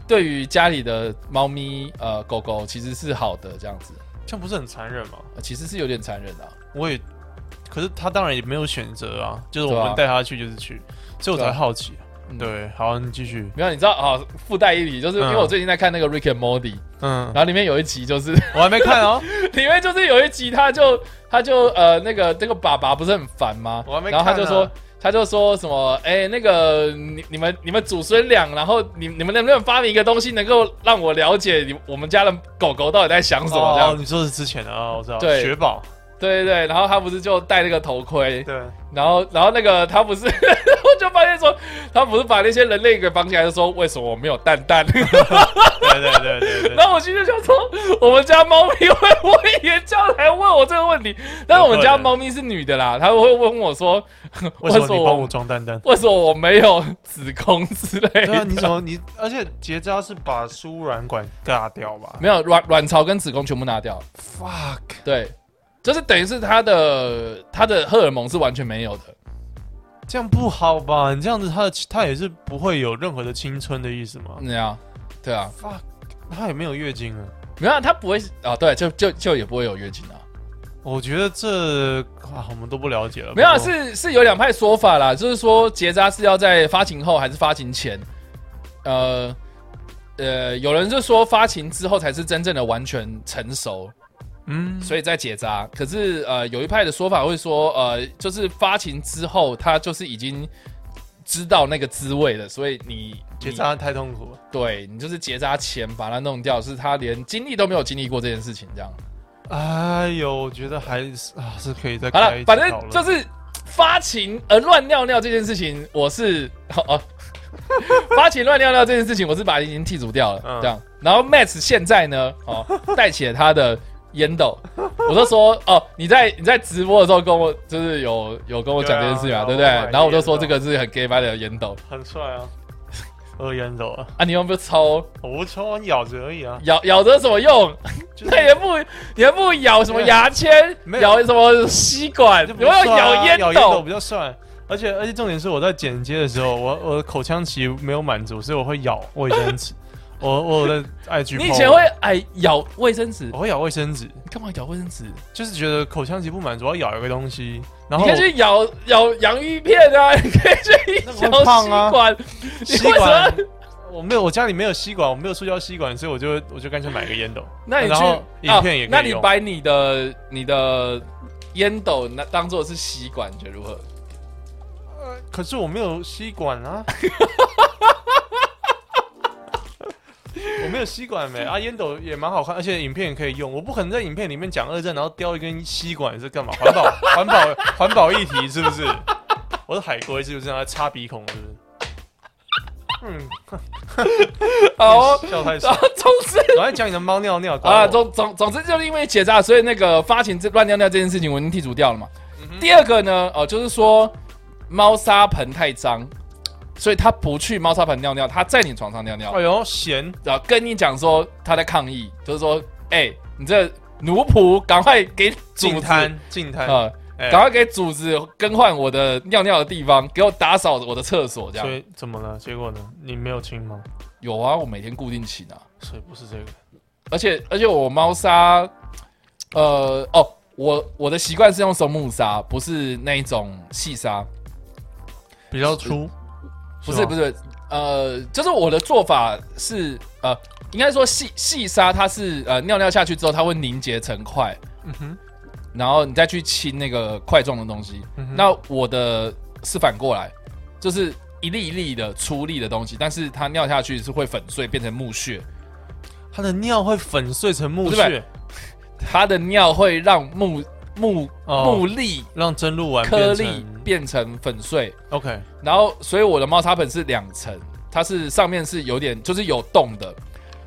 Speaker 4: 对于家里的猫咪呃狗狗其实是好的，这样子、
Speaker 5: 这样不是很残忍吗？
Speaker 4: 呃其实是有点残忍的、啊。
Speaker 5: 我也，可是他当然也没有选择啊，就是
Speaker 4: 对
Speaker 5: 我
Speaker 4: 啊
Speaker 5: 们带他去就是去，所以我才好奇。啊
Speaker 4: 嗯
Speaker 5: 对，好，你继续。
Speaker 4: 没有，你知道啊？附带一笔，就是因为
Speaker 5: 嗯
Speaker 4: 我最近在看那个《Rick and Morty》，
Speaker 5: 嗯
Speaker 4: 然，后里面有一集就是
Speaker 5: 我还没看 哦，
Speaker 4: 里面就是有一集，他就他就呃那个那个爸爸不是很烦吗？
Speaker 5: 我还没
Speaker 4: 然后他
Speaker 5: 看
Speaker 4: 就
Speaker 5: 呢
Speaker 4: 说他就说什么哎、那个你你们你们祖孙俩，然后你你们能不能发明一个东西，能够让我了解你我们家的狗狗到底在想什么这样？
Speaker 5: 哦，你说的是之前的哦，我知道，
Speaker 4: 对
Speaker 5: 雪宝，
Speaker 4: 对对对，然后他不是就戴那个头盔，
Speaker 5: 对，
Speaker 4: 然后然后那个他不是， 我就发现说他不是把那些人类给绑起来，就说为什么我没有蛋蛋？
Speaker 5: 对对对对对。
Speaker 4: 然后我心里就想说，我们家猫咪会不会也叫来问我这个 问题？但是我们家猫咪是女的啦，它会问我说，
Speaker 5: 为什么你帮
Speaker 4: 我
Speaker 5: 我装蛋蛋？
Speaker 4: 为什么我没有子宫之类
Speaker 5: 对啊，
Speaker 4: 的？
Speaker 5: 你怎么 你？而且结扎是把输卵管尬掉吧
Speaker 4: 没有卵卵巢跟子宫全部拿掉，
Speaker 5: ？Fuck！
Speaker 4: 对，就是等于是它的它的荷尔蒙是完全没有的。
Speaker 5: 这样不好吧？你这样子他，的他也是不会有任何的青春的意思吗、
Speaker 4: 那样，对啊，
Speaker 5: f u c k 他也没有月经啊。
Speaker 4: 没有啊它不会啊，对，就就就也不会有月经啊。
Speaker 5: 我觉得这啊，我们都不了解了。
Speaker 4: 没有啊，
Speaker 5: 不过
Speaker 4: 是是有两派说法啦，就是说结扎是要在发情后还是发情前？呃呃，有人就说发情之后才是真正的完全成熟，
Speaker 5: 嗯，
Speaker 4: 所以再结扎。可是呃，有一派的说法会说，呃，就是发情之后，他就是已经知道那个滋味了，所以你
Speaker 5: 结，
Speaker 4: 你
Speaker 5: 扎太痛苦了
Speaker 4: 对你就是结扎前把它弄掉，是他连经历都没有经历过这件事情，这样。。
Speaker 5: 哎呦，我觉得还是啊，是可以再
Speaker 4: 好
Speaker 5: 开
Speaker 4: 了
Speaker 5: 一，集
Speaker 4: 反
Speaker 5: 讨
Speaker 4: 正
Speaker 5: 论
Speaker 4: 呃就是发情而乱尿尿这件事情，我是 哦哦，发起乱尿尿这件事情，我是把它已经剔除掉了，
Speaker 5: 嗯
Speaker 4: 这样。然后 Max 现在呢，哦，带起了他的烟斗，我就说，哦，你在你在直播的时候跟我，就是有有跟我讲这件事情嘛，对
Speaker 5: 对啊
Speaker 4: 不对？
Speaker 5: 我买了
Speaker 4: 然后我就说
Speaker 5: 烟斗
Speaker 4: 这个是很 gay 吧的烟斗
Speaker 5: 很帅啊， 二烟斗啊，
Speaker 4: 啊，你用不抽
Speaker 5: 我不抽，我咬着而已啊，
Speaker 4: 咬咬着有什么用？
Speaker 5: 就 是
Speaker 4: 那也不你还不咬什么牙签
Speaker 5: 没，有
Speaker 4: 咬什么吸管，
Speaker 5: 就
Speaker 4: 你
Speaker 5: 比较
Speaker 4: 要
Speaker 5: 帅啊
Speaker 4: 咬烟
Speaker 5: 咬
Speaker 4: 斗
Speaker 5: 斗，比较帅。而且而且重点是我在剪接的时候，我我的口腔期没有满足，所以我会咬卫 生纸。我我有在 IG，
Speaker 4: 你以
Speaker 5: po
Speaker 4: 前会哎咬卫生纸，
Speaker 5: 我会咬卫生纸，
Speaker 4: 你干嘛咬卫生纸？
Speaker 5: 就是觉得口腔期不满足，我要咬一个东西，然
Speaker 4: 你
Speaker 5: 后
Speaker 4: 可以去咬咬洋芋片啊，你可以去
Speaker 5: 那个
Speaker 4: 咬
Speaker 5: 会
Speaker 4: 吸
Speaker 5: 胖啊
Speaker 4: 管，你
Speaker 5: 吸
Speaker 4: 为什么
Speaker 5: 管。我没有，我家里没有吸管，我没有塑胶吸管，所以我就我就干脆买个烟斗。
Speaker 4: 那你去啊
Speaker 5: 然后影片也
Speaker 4: 那
Speaker 5: 可以
Speaker 4: 你
Speaker 5: 用。
Speaker 4: 把你的你的烟斗那当做是吸管，你觉得如何？
Speaker 5: 可是我没有吸管 啊，我没有吸管没啊，烟斗也蛮好看，而且影片也可以用。我不可能在影片里面讲二战，然后叼一根吸管是干嘛？环保环保环保议题是不是？我是海龟是不是？让它插鼻孔是不是？嗯，
Speaker 4: 好哦，
Speaker 5: 笑太
Speaker 4: 然
Speaker 5: 爽。
Speaker 4: 后总之
Speaker 5: 我在讲你的猫尿尿
Speaker 4: 啊，
Speaker 5: 中
Speaker 4: 总总总之就是因为结扎，所以那个发情这乱尿尿这件事情我已经剔除掉了嘛。
Speaker 5: 嗯
Speaker 4: 第二个呢，哦、就是说猫砂盆太脏，所以它不去猫砂盆尿尿，它在你床上尿尿
Speaker 5: 哎，呦咸，
Speaker 4: 然后跟你讲说它在抗议，就是说，哎、你这奴仆，赶快给主
Speaker 5: 净
Speaker 4: 子
Speaker 5: 滩净滩
Speaker 4: 啊，
Speaker 5: 哎
Speaker 4: 赶快给主子更换我的尿尿的地方，给我打扫我的厕所，这
Speaker 5: 所
Speaker 4: 样
Speaker 5: 以怎么了？结果呢？你没有亲吗？
Speaker 4: 有啊，我每天固定起呢，
Speaker 5: 所以不是这个。
Speaker 4: 而且而且我猫砂，呃哦，我我的习惯是用松木砂，不是那一种细砂，
Speaker 5: 比较粗，
Speaker 4: 不是不是，呃，就是我的做法是呃，应该说细细砂它是呃尿尿下去之后它会凝结成块，
Speaker 5: 嗯哼，
Speaker 4: 然后你再去清那个块状的东西。
Speaker 5: 嗯哼
Speaker 4: 那我的是反过来，就是一粒一粒的粗粒的东西，但是它尿下去是会粉碎变成木屑，
Speaker 5: 它的尿会粉碎成木
Speaker 4: 不是不
Speaker 5: 屑
Speaker 4: 是，它的尿会让木木、
Speaker 5: 哦
Speaker 4: 木粒
Speaker 5: 让真露丸
Speaker 4: 颗
Speaker 5: 变
Speaker 4: 粒
Speaker 5: 成
Speaker 4: 变成粉碎，
Speaker 5: OK，
Speaker 4: 然后所以我的猫砂盆是两层，它是上面是有点就是有洞的。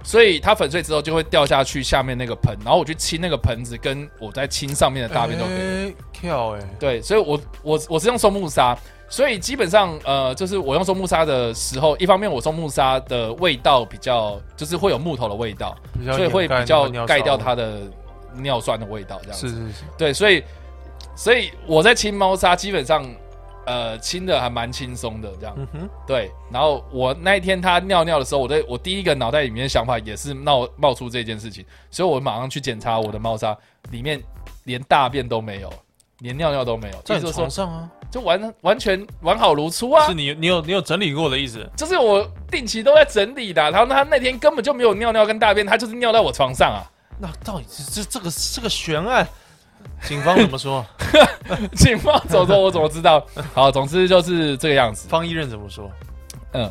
Speaker 4: 所以它粉碎之后就会掉下去下面那个盆，然后我去清那个盆子，跟我在清上面的大便都可以。
Speaker 5: 以跳哎，
Speaker 4: 对，所以我我我呃是用松木砂，所以基本上呃，就是我用松木砂的时候，一方面我松木砂的味道比较，就是会有木头的味道，
Speaker 5: 比较
Speaker 4: 所以会
Speaker 5: 掩盖
Speaker 4: 比较
Speaker 5: 那个尿
Speaker 4: 盖掉
Speaker 5: 骚
Speaker 4: 它的尿酸的味道，这样子。
Speaker 5: 是是是，
Speaker 4: 对，所以所以我在清猫砂，基本上呃清的还蛮轻松的这样。
Speaker 5: 嗯哼，
Speaker 4: 对，然后我那一天它尿尿的时候，我的我第一个脑袋里面的想法也是闹冒出这件事情，所以我马上去检查我的猫砂里面连大便都没有。连尿尿都没有，
Speaker 5: 在
Speaker 4: 意思
Speaker 5: 你
Speaker 4: 就是说
Speaker 5: 床上啊，
Speaker 4: 就完完全完好如初啊
Speaker 5: 是！你你有你有整理过的意思，
Speaker 4: 就是我定期都在整理的啊、然后他那天根本就没有尿尿跟大便，他就是尿在我床上啊！
Speaker 5: 那到底是这这个这个悬案，警方怎 么说？
Speaker 4: 警方走走，我怎么知道？好，总之就是这个样子。
Speaker 5: 方一任怎么说？
Speaker 4: 嗯，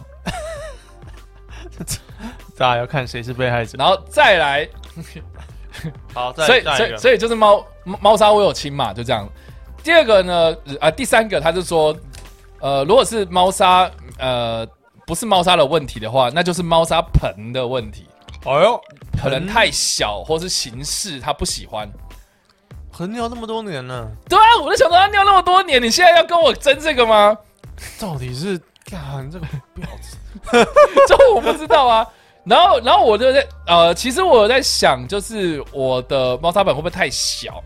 Speaker 5: 大家要看谁是被害者。
Speaker 4: 然后再来，
Speaker 5: 好，再
Speaker 4: 所以
Speaker 5: 下
Speaker 4: 所
Speaker 5: 一
Speaker 4: 以
Speaker 5: 个
Speaker 4: 所以就是猫猫猫砂我有亲嘛，就这样。第二个呢，呃啊，第三个他就说，呃，如果是猫砂，呃，不是猫砂的问题的话，那就是猫砂盆的问题，
Speaker 5: 哎呦，
Speaker 4: 可能
Speaker 5: 盆
Speaker 4: 太小或是形式他不喜欢。
Speaker 5: 横尿那么多年呢，
Speaker 4: 对啊，我就想说他尿那么多年，你现在要跟我争这个吗？
Speaker 5: 到底是干这个婊子？
Speaker 4: 这我不知道啊。然后，然后我就在呃，其实我有在想，就是我的猫砂盆会不会太小？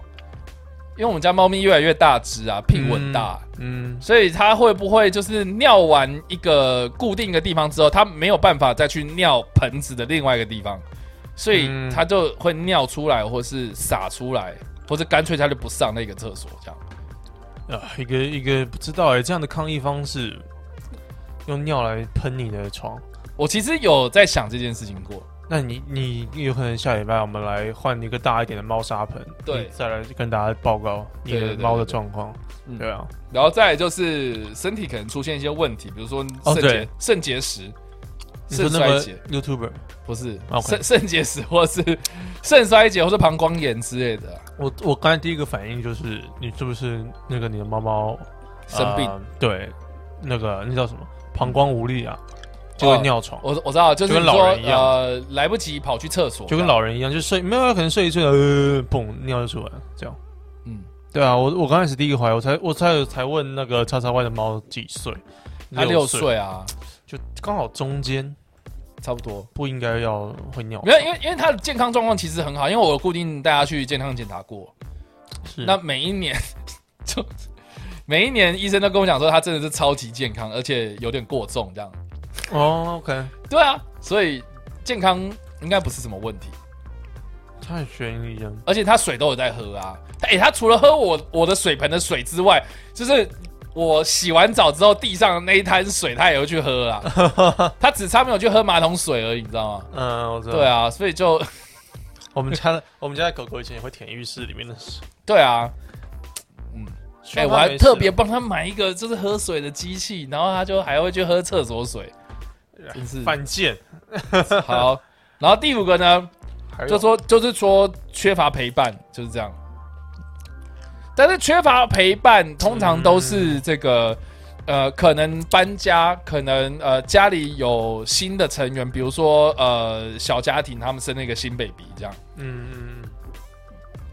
Speaker 4: 因为我们家猫咪越来越大只啊，屁股很大，
Speaker 5: 嗯，
Speaker 4: 所以它会不会就是尿完一个固定的地方之后，它没有办法再去尿盆子的另外一个地方，所以
Speaker 5: 嗯
Speaker 4: 它就会尿出来，或是洒出来，或者干脆它就不上那个厕所这样。
Speaker 5: 啊，一个一个不知道哎、这样的抗议方式，用尿来喷你的床，
Speaker 4: 我其实有在想这件事情过，
Speaker 5: 那你你有可能下礼拜我们来换一个大一点的猫砂盆，
Speaker 4: 对
Speaker 5: 你再来跟大家报告你
Speaker 4: 对
Speaker 5: 的
Speaker 4: 对对
Speaker 5: 猫的
Speaker 4: 对对
Speaker 5: 状况，
Speaker 4: 嗯
Speaker 5: 对啊，
Speaker 4: 然后再来就是身体可能出现一些问题，比如说
Speaker 5: 哦
Speaker 4: 肾
Speaker 5: 对
Speaker 4: 结、肾结石、
Speaker 5: 你说
Speaker 4: 肾
Speaker 5: 那
Speaker 4: 衰
Speaker 5: 个
Speaker 4: 竭，
Speaker 5: YouTuber，
Speaker 4: 不是
Speaker 5: OK
Speaker 4: 肾肾结石，或是肾衰竭，或是膀胱炎之类的
Speaker 5: 我我刚才第一个反应就是你是不是那个你的猫猫啊
Speaker 4: 生病。
Speaker 5: 呃对，那个那叫什么膀胱无力啊，就会
Speaker 4: 哦
Speaker 5: 尿床，
Speaker 4: 我我知道，就是
Speaker 5: 就跟
Speaker 4: 你说
Speaker 5: 老人一样
Speaker 4: 呃，来不及跑去厕所，
Speaker 5: 就跟老人一样，就睡没有，可能睡一睡，呃，砰，尿就出来了，这样。
Speaker 4: 嗯，
Speaker 5: 对啊，我我刚开始第一个怀，我才我才才问那个叉叉 Y 的猫几岁，
Speaker 4: 他六，岁啊，
Speaker 5: 就刚好中间
Speaker 4: 差不多。
Speaker 5: 不应该要会尿
Speaker 4: 没有，因为因为他的健康状况其实很好，因为我有固定带他去健康检查过，
Speaker 5: 是
Speaker 4: 那每一年就每一年医生都跟我讲说他真的是超级健康，而且有点过重这样。
Speaker 5: 哦，OK，
Speaker 4: 对啊，所以健康应该不是什么问题，
Speaker 5: 太悬疑了。
Speaker 4: 而且他水都有在喝啊。哎、他除了喝我我的水盆的水之外，就是我洗完澡之后地上的那一滩水，他也会去喝啊。 他只差没有去喝马桶水而已，你知道吗？
Speaker 5: 嗯，我知道。
Speaker 4: 对，啊，所以就
Speaker 5: 我们家的我们家的狗狗以前也会舔浴室里面的水。
Speaker 4: 对啊，哎、
Speaker 5: 希望
Speaker 4: 我
Speaker 5: 它
Speaker 4: 还
Speaker 5: 没事
Speaker 4: 特别帮他买一个就是喝水的机器，然后他就还会去喝厕所 水，真是
Speaker 5: 犯贱，
Speaker 4: 好。然后第五个呢，
Speaker 5: 还有
Speaker 4: 就说就是说缺乏陪伴，就是这样。但是缺乏陪伴，通常都
Speaker 5: 嗯
Speaker 4: 是这个、呃，可能搬家，可能呃家里有新的成员，比如说呃小家庭，他们生了一个新 baby 这样，
Speaker 5: 嗯嗯嗯，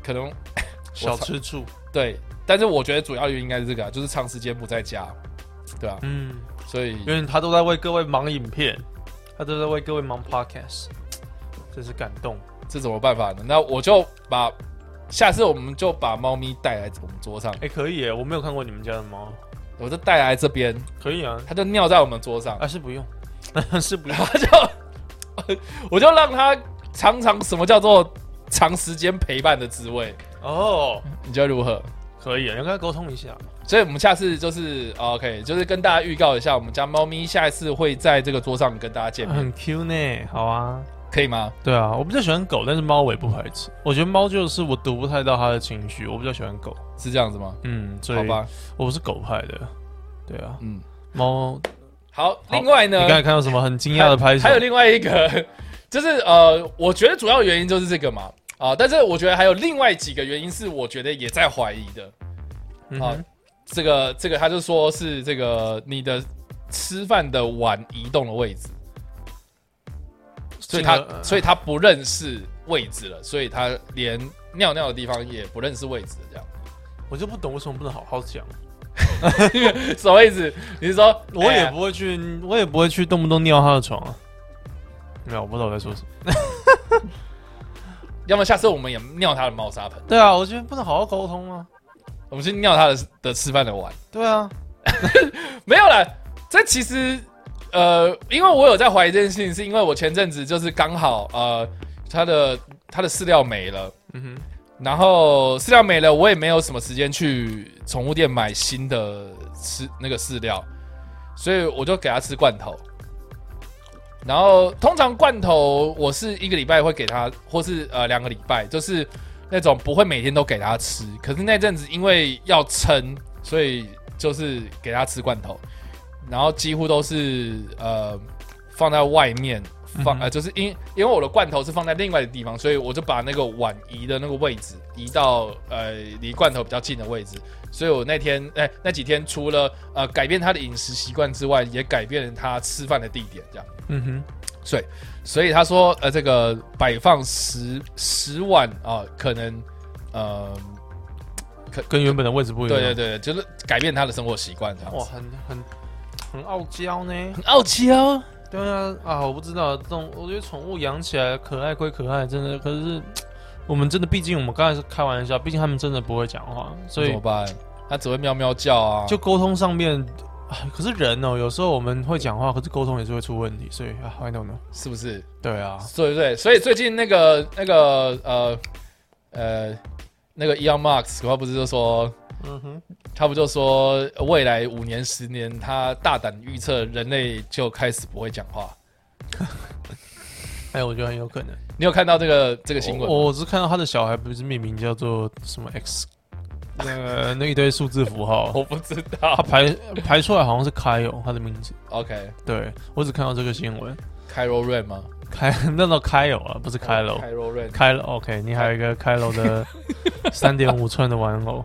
Speaker 4: 可能
Speaker 5: 小吃醋，
Speaker 4: 对。但是我觉得主要原因应该是这个啊、就是长时间不在家，对啊，
Speaker 5: 嗯，
Speaker 4: 所以
Speaker 5: 因为他都在为各位忙影片，他都在为各位忙 podcast，真是感动。
Speaker 4: 这怎么办法呢？那我就把下次我们就把猫咪带来我们桌上，
Speaker 5: 哎、可以耶，我没有看过你们家的猫，
Speaker 4: 我就带来这边，
Speaker 5: 可以啊，
Speaker 4: 它就尿在我们桌上，
Speaker 5: 啊是不用， 是不用
Speaker 4: 然，后就 我就让它尝尝什么叫做长时间陪伴的滋味，
Speaker 5: 哦，
Speaker 4: 你觉得如何？
Speaker 5: 可以，啊，你跟他沟通一下，
Speaker 4: 所以我们下次就是哦 OK，就是跟大家预告一下，我们家猫咪下一次会在这个桌上跟大家见面，
Speaker 5: 很 Q 呢，好啊，
Speaker 4: 可以吗？
Speaker 5: 对啊，我比较喜欢狗，但是猫我也不排斥，我觉得猫就是我读不太到它的情绪，我比较喜欢狗，
Speaker 4: 是这样子吗？
Speaker 5: 嗯，所以
Speaker 4: 好吧，
Speaker 5: 我是狗派的，对啊，
Speaker 4: 嗯，
Speaker 5: 猫，
Speaker 4: 好。另外呢，
Speaker 5: 你刚才看到什么很惊讶的拍手？
Speaker 4: 还有另外一个， 就是呃，我觉得主要原因就是这个嘛，啊、但是我觉得还有另外几个原因是我觉得也在怀疑的
Speaker 5: 嗯
Speaker 4: 啊、
Speaker 5: 哼
Speaker 4: 这个这个他就说是这个你的吃饭的碗移动了位置，所以他
Speaker 5: 进了
Speaker 4: 所以他不认识位置了，所以他连尿尿的地方也不认识位置了，这样
Speaker 5: 我就不懂为什么不能好好讲，
Speaker 4: 哎 什么意思？你是说
Speaker 5: 我
Speaker 4: 哎
Speaker 5: 也
Speaker 4: 呀
Speaker 5: 不会去，我也不会去动不动尿他的床啊。没有，我不知道我在说什么。
Speaker 4: 要么下次我们也尿他的猫砂盆，
Speaker 5: 对啊，我觉得不能好好沟通啊。
Speaker 4: 我们去尿他的的吃饭的碗。
Speaker 5: 对啊，
Speaker 4: 没有啦，这其实呃，因为我有在怀疑这件事情，是因为我前阵子就是刚好呃，他的他的饲料没了，
Speaker 5: 嗯
Speaker 4: 然后饲料没了，我也没有什么时间去宠物店买新的吃那个饲料，所以我就给它吃罐头。然后通常罐头我是一个礼拜会给它，或是呃两个礼拜，就是那种不会每天都给它吃。可是那阵子因为要撑，所以就是给它吃罐头，然后几乎都是呃放在外面放，
Speaker 5: 嗯哼
Speaker 4: 呃就是因因为我的罐头是放在另外的地方，所以我就把那个碗移的那个位置移到呃离罐头比较近的位置。所以我那天哎、那几天除了呃改变他的饮食习惯之外，也改变了他吃饭的地点，这样。
Speaker 5: 哼，嗯哼，
Speaker 4: 所以，所以他说，呃，这个摆放十十碗啊、可能，呃，
Speaker 5: 跟原本的位置不一样。
Speaker 4: 对对对，就是改变他的生活习惯这样
Speaker 5: 哇，
Speaker 4: 子。
Speaker 5: 很很很傲娇呢。
Speaker 4: 很傲气哦，
Speaker 5: 对啊，啊，我不知道这种，我觉得宠物养起来可爱归可爱，真的，可是我们真的，毕竟我们刚才是开玩笑，毕竟他们真的不会讲话，
Speaker 4: 所
Speaker 5: 所
Speaker 4: 以啊怎
Speaker 5: 以
Speaker 4: 么办？他只会喵喵叫啊，
Speaker 5: 就沟通上面，哎可是人哦，有时候我们会讲话，可是沟通也是会出问题，所以啊，I don't know。
Speaker 4: 是不是？
Speaker 5: 对啊，
Speaker 4: 对对对，所以最近那个那个呃呃那个 Elon Musk 他不是就说，
Speaker 5: 嗯哼，
Speaker 4: 他不就说呃未来五年十年，他大胆预测人类就开始不会讲话。
Speaker 5: 哎，我觉得很有可能。
Speaker 4: 你有看到这个这个新闻吗？
Speaker 5: 我我是看到他的小孩不是命名叫做什么 X，那个那一堆数字符号，
Speaker 4: 我不知
Speaker 5: 他
Speaker 4: 道。
Speaker 5: 啊排排出来好像是 Kyle 他的名字。
Speaker 4: OK，Kylo
Speaker 5: 对我只看到这个新闻，
Speaker 4: Ren 吗
Speaker 5: 开那叫 Kyle 啊，不是 Kyle。
Speaker 4: 哦？Kylo Ren。
Speaker 5: 开了 OK，你还有一个开了的三点五寸的玩偶，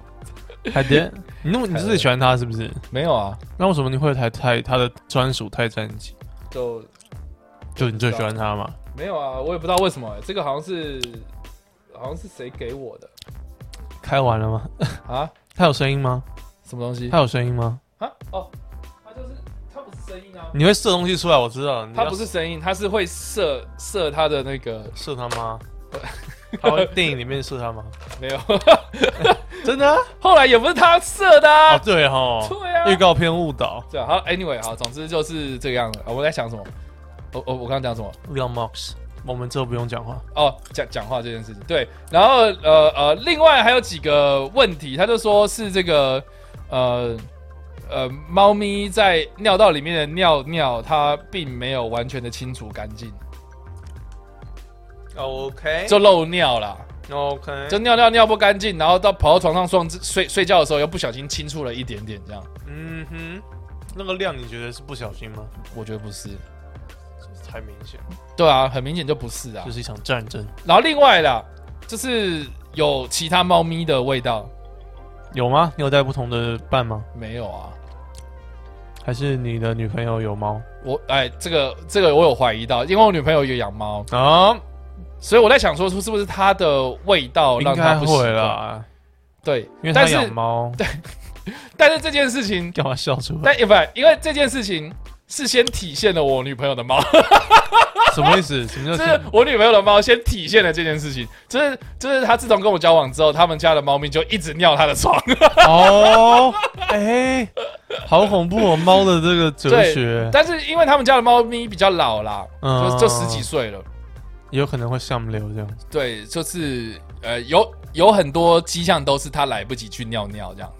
Speaker 5: 海德，你那么你自己喜欢他是不是？
Speaker 4: 没有啊，
Speaker 5: 那为什么你会有台泰他的专属泰战机？
Speaker 4: 就
Speaker 5: 就你最喜欢他嘛？
Speaker 4: 没有啊，我也不知道为什么、这个好像是好像是谁给我的
Speaker 5: 开完了吗？
Speaker 4: 啊？
Speaker 5: 他有声音吗？
Speaker 4: 什么东西
Speaker 5: 他？有声音吗？
Speaker 4: 啊哦，它就是它不是声音啊，
Speaker 5: 你会射东西出来，我知道。你要
Speaker 4: 它不是声音，它是会射射它的那个
Speaker 5: 射他 吗？他会电影里面射他吗？
Speaker 4: 没 有，
Speaker 5: 真的啊？
Speaker 4: 后来也不是他射的啊。
Speaker 5: 哦，对哈，
Speaker 4: 对啊
Speaker 5: 预告片误导。
Speaker 4: 对啊，好，anyway，好，总之就是这个样子。啊我在想什么？我我我刚刚讲什么？
Speaker 5: Leon Mox，我们之后不用讲话。
Speaker 4: 哦，讲讲话这件事情，对，然后呃呃，另外还有几个问题，他就说是这个呃呃，猫咪在尿道里面的尿尿，它并没有完全的清除干净，
Speaker 5: OK，
Speaker 4: 就漏尿啦，
Speaker 5: OK，
Speaker 4: 就尿尿尿不干净，然后到跑到床上睡睡睡觉的时候，又不小心清除了一点点，这样，
Speaker 5: 嗯哼，那个量你觉得是不小心吗？
Speaker 4: 我觉得不是，
Speaker 5: 太明显，
Speaker 4: 对啊，很明显就不是啊
Speaker 5: 这。是一场战争，
Speaker 4: 然后另外啦，就是有其他猫咪的味道，
Speaker 5: 有吗？你有带不同的伴吗？
Speaker 4: 没有啊？
Speaker 5: 还是你的女朋友有猫？
Speaker 4: 我哎，这个这个我有怀疑到，因为我女朋友有养猫，
Speaker 5: 啊，
Speaker 4: 所以我在想说，是不是它的味道
Speaker 5: 应
Speaker 4: 让它
Speaker 5: 该
Speaker 4: 不习
Speaker 5: 会
Speaker 4: 惯？
Speaker 5: 啦，
Speaker 4: 对，
Speaker 5: 因为
Speaker 4: 但
Speaker 5: 他养
Speaker 4: 是
Speaker 5: 猫，
Speaker 4: 但是这件事情，
Speaker 5: 干嘛笑出来？
Speaker 4: 但也不因为这件事情是先体现了我女朋友的猫，
Speaker 5: 什么意思？什 么
Speaker 4: 就
Speaker 5: 叫
Speaker 4: 是我女朋友的猫先体现了这件事情，就是就是她自从跟我交往之后，他们家的猫咪就一直尿她的床，
Speaker 5: 哦？哎，好恐怖哦！猫的这个哲学
Speaker 4: 对，， 但是因为他们家的猫咪比较老啦，
Speaker 5: 嗯
Speaker 4: 就就十几岁了，
Speaker 5: 有可能会上流这样。
Speaker 4: 对，就是呃有有很多迹象都是它来不及去尿尿这样。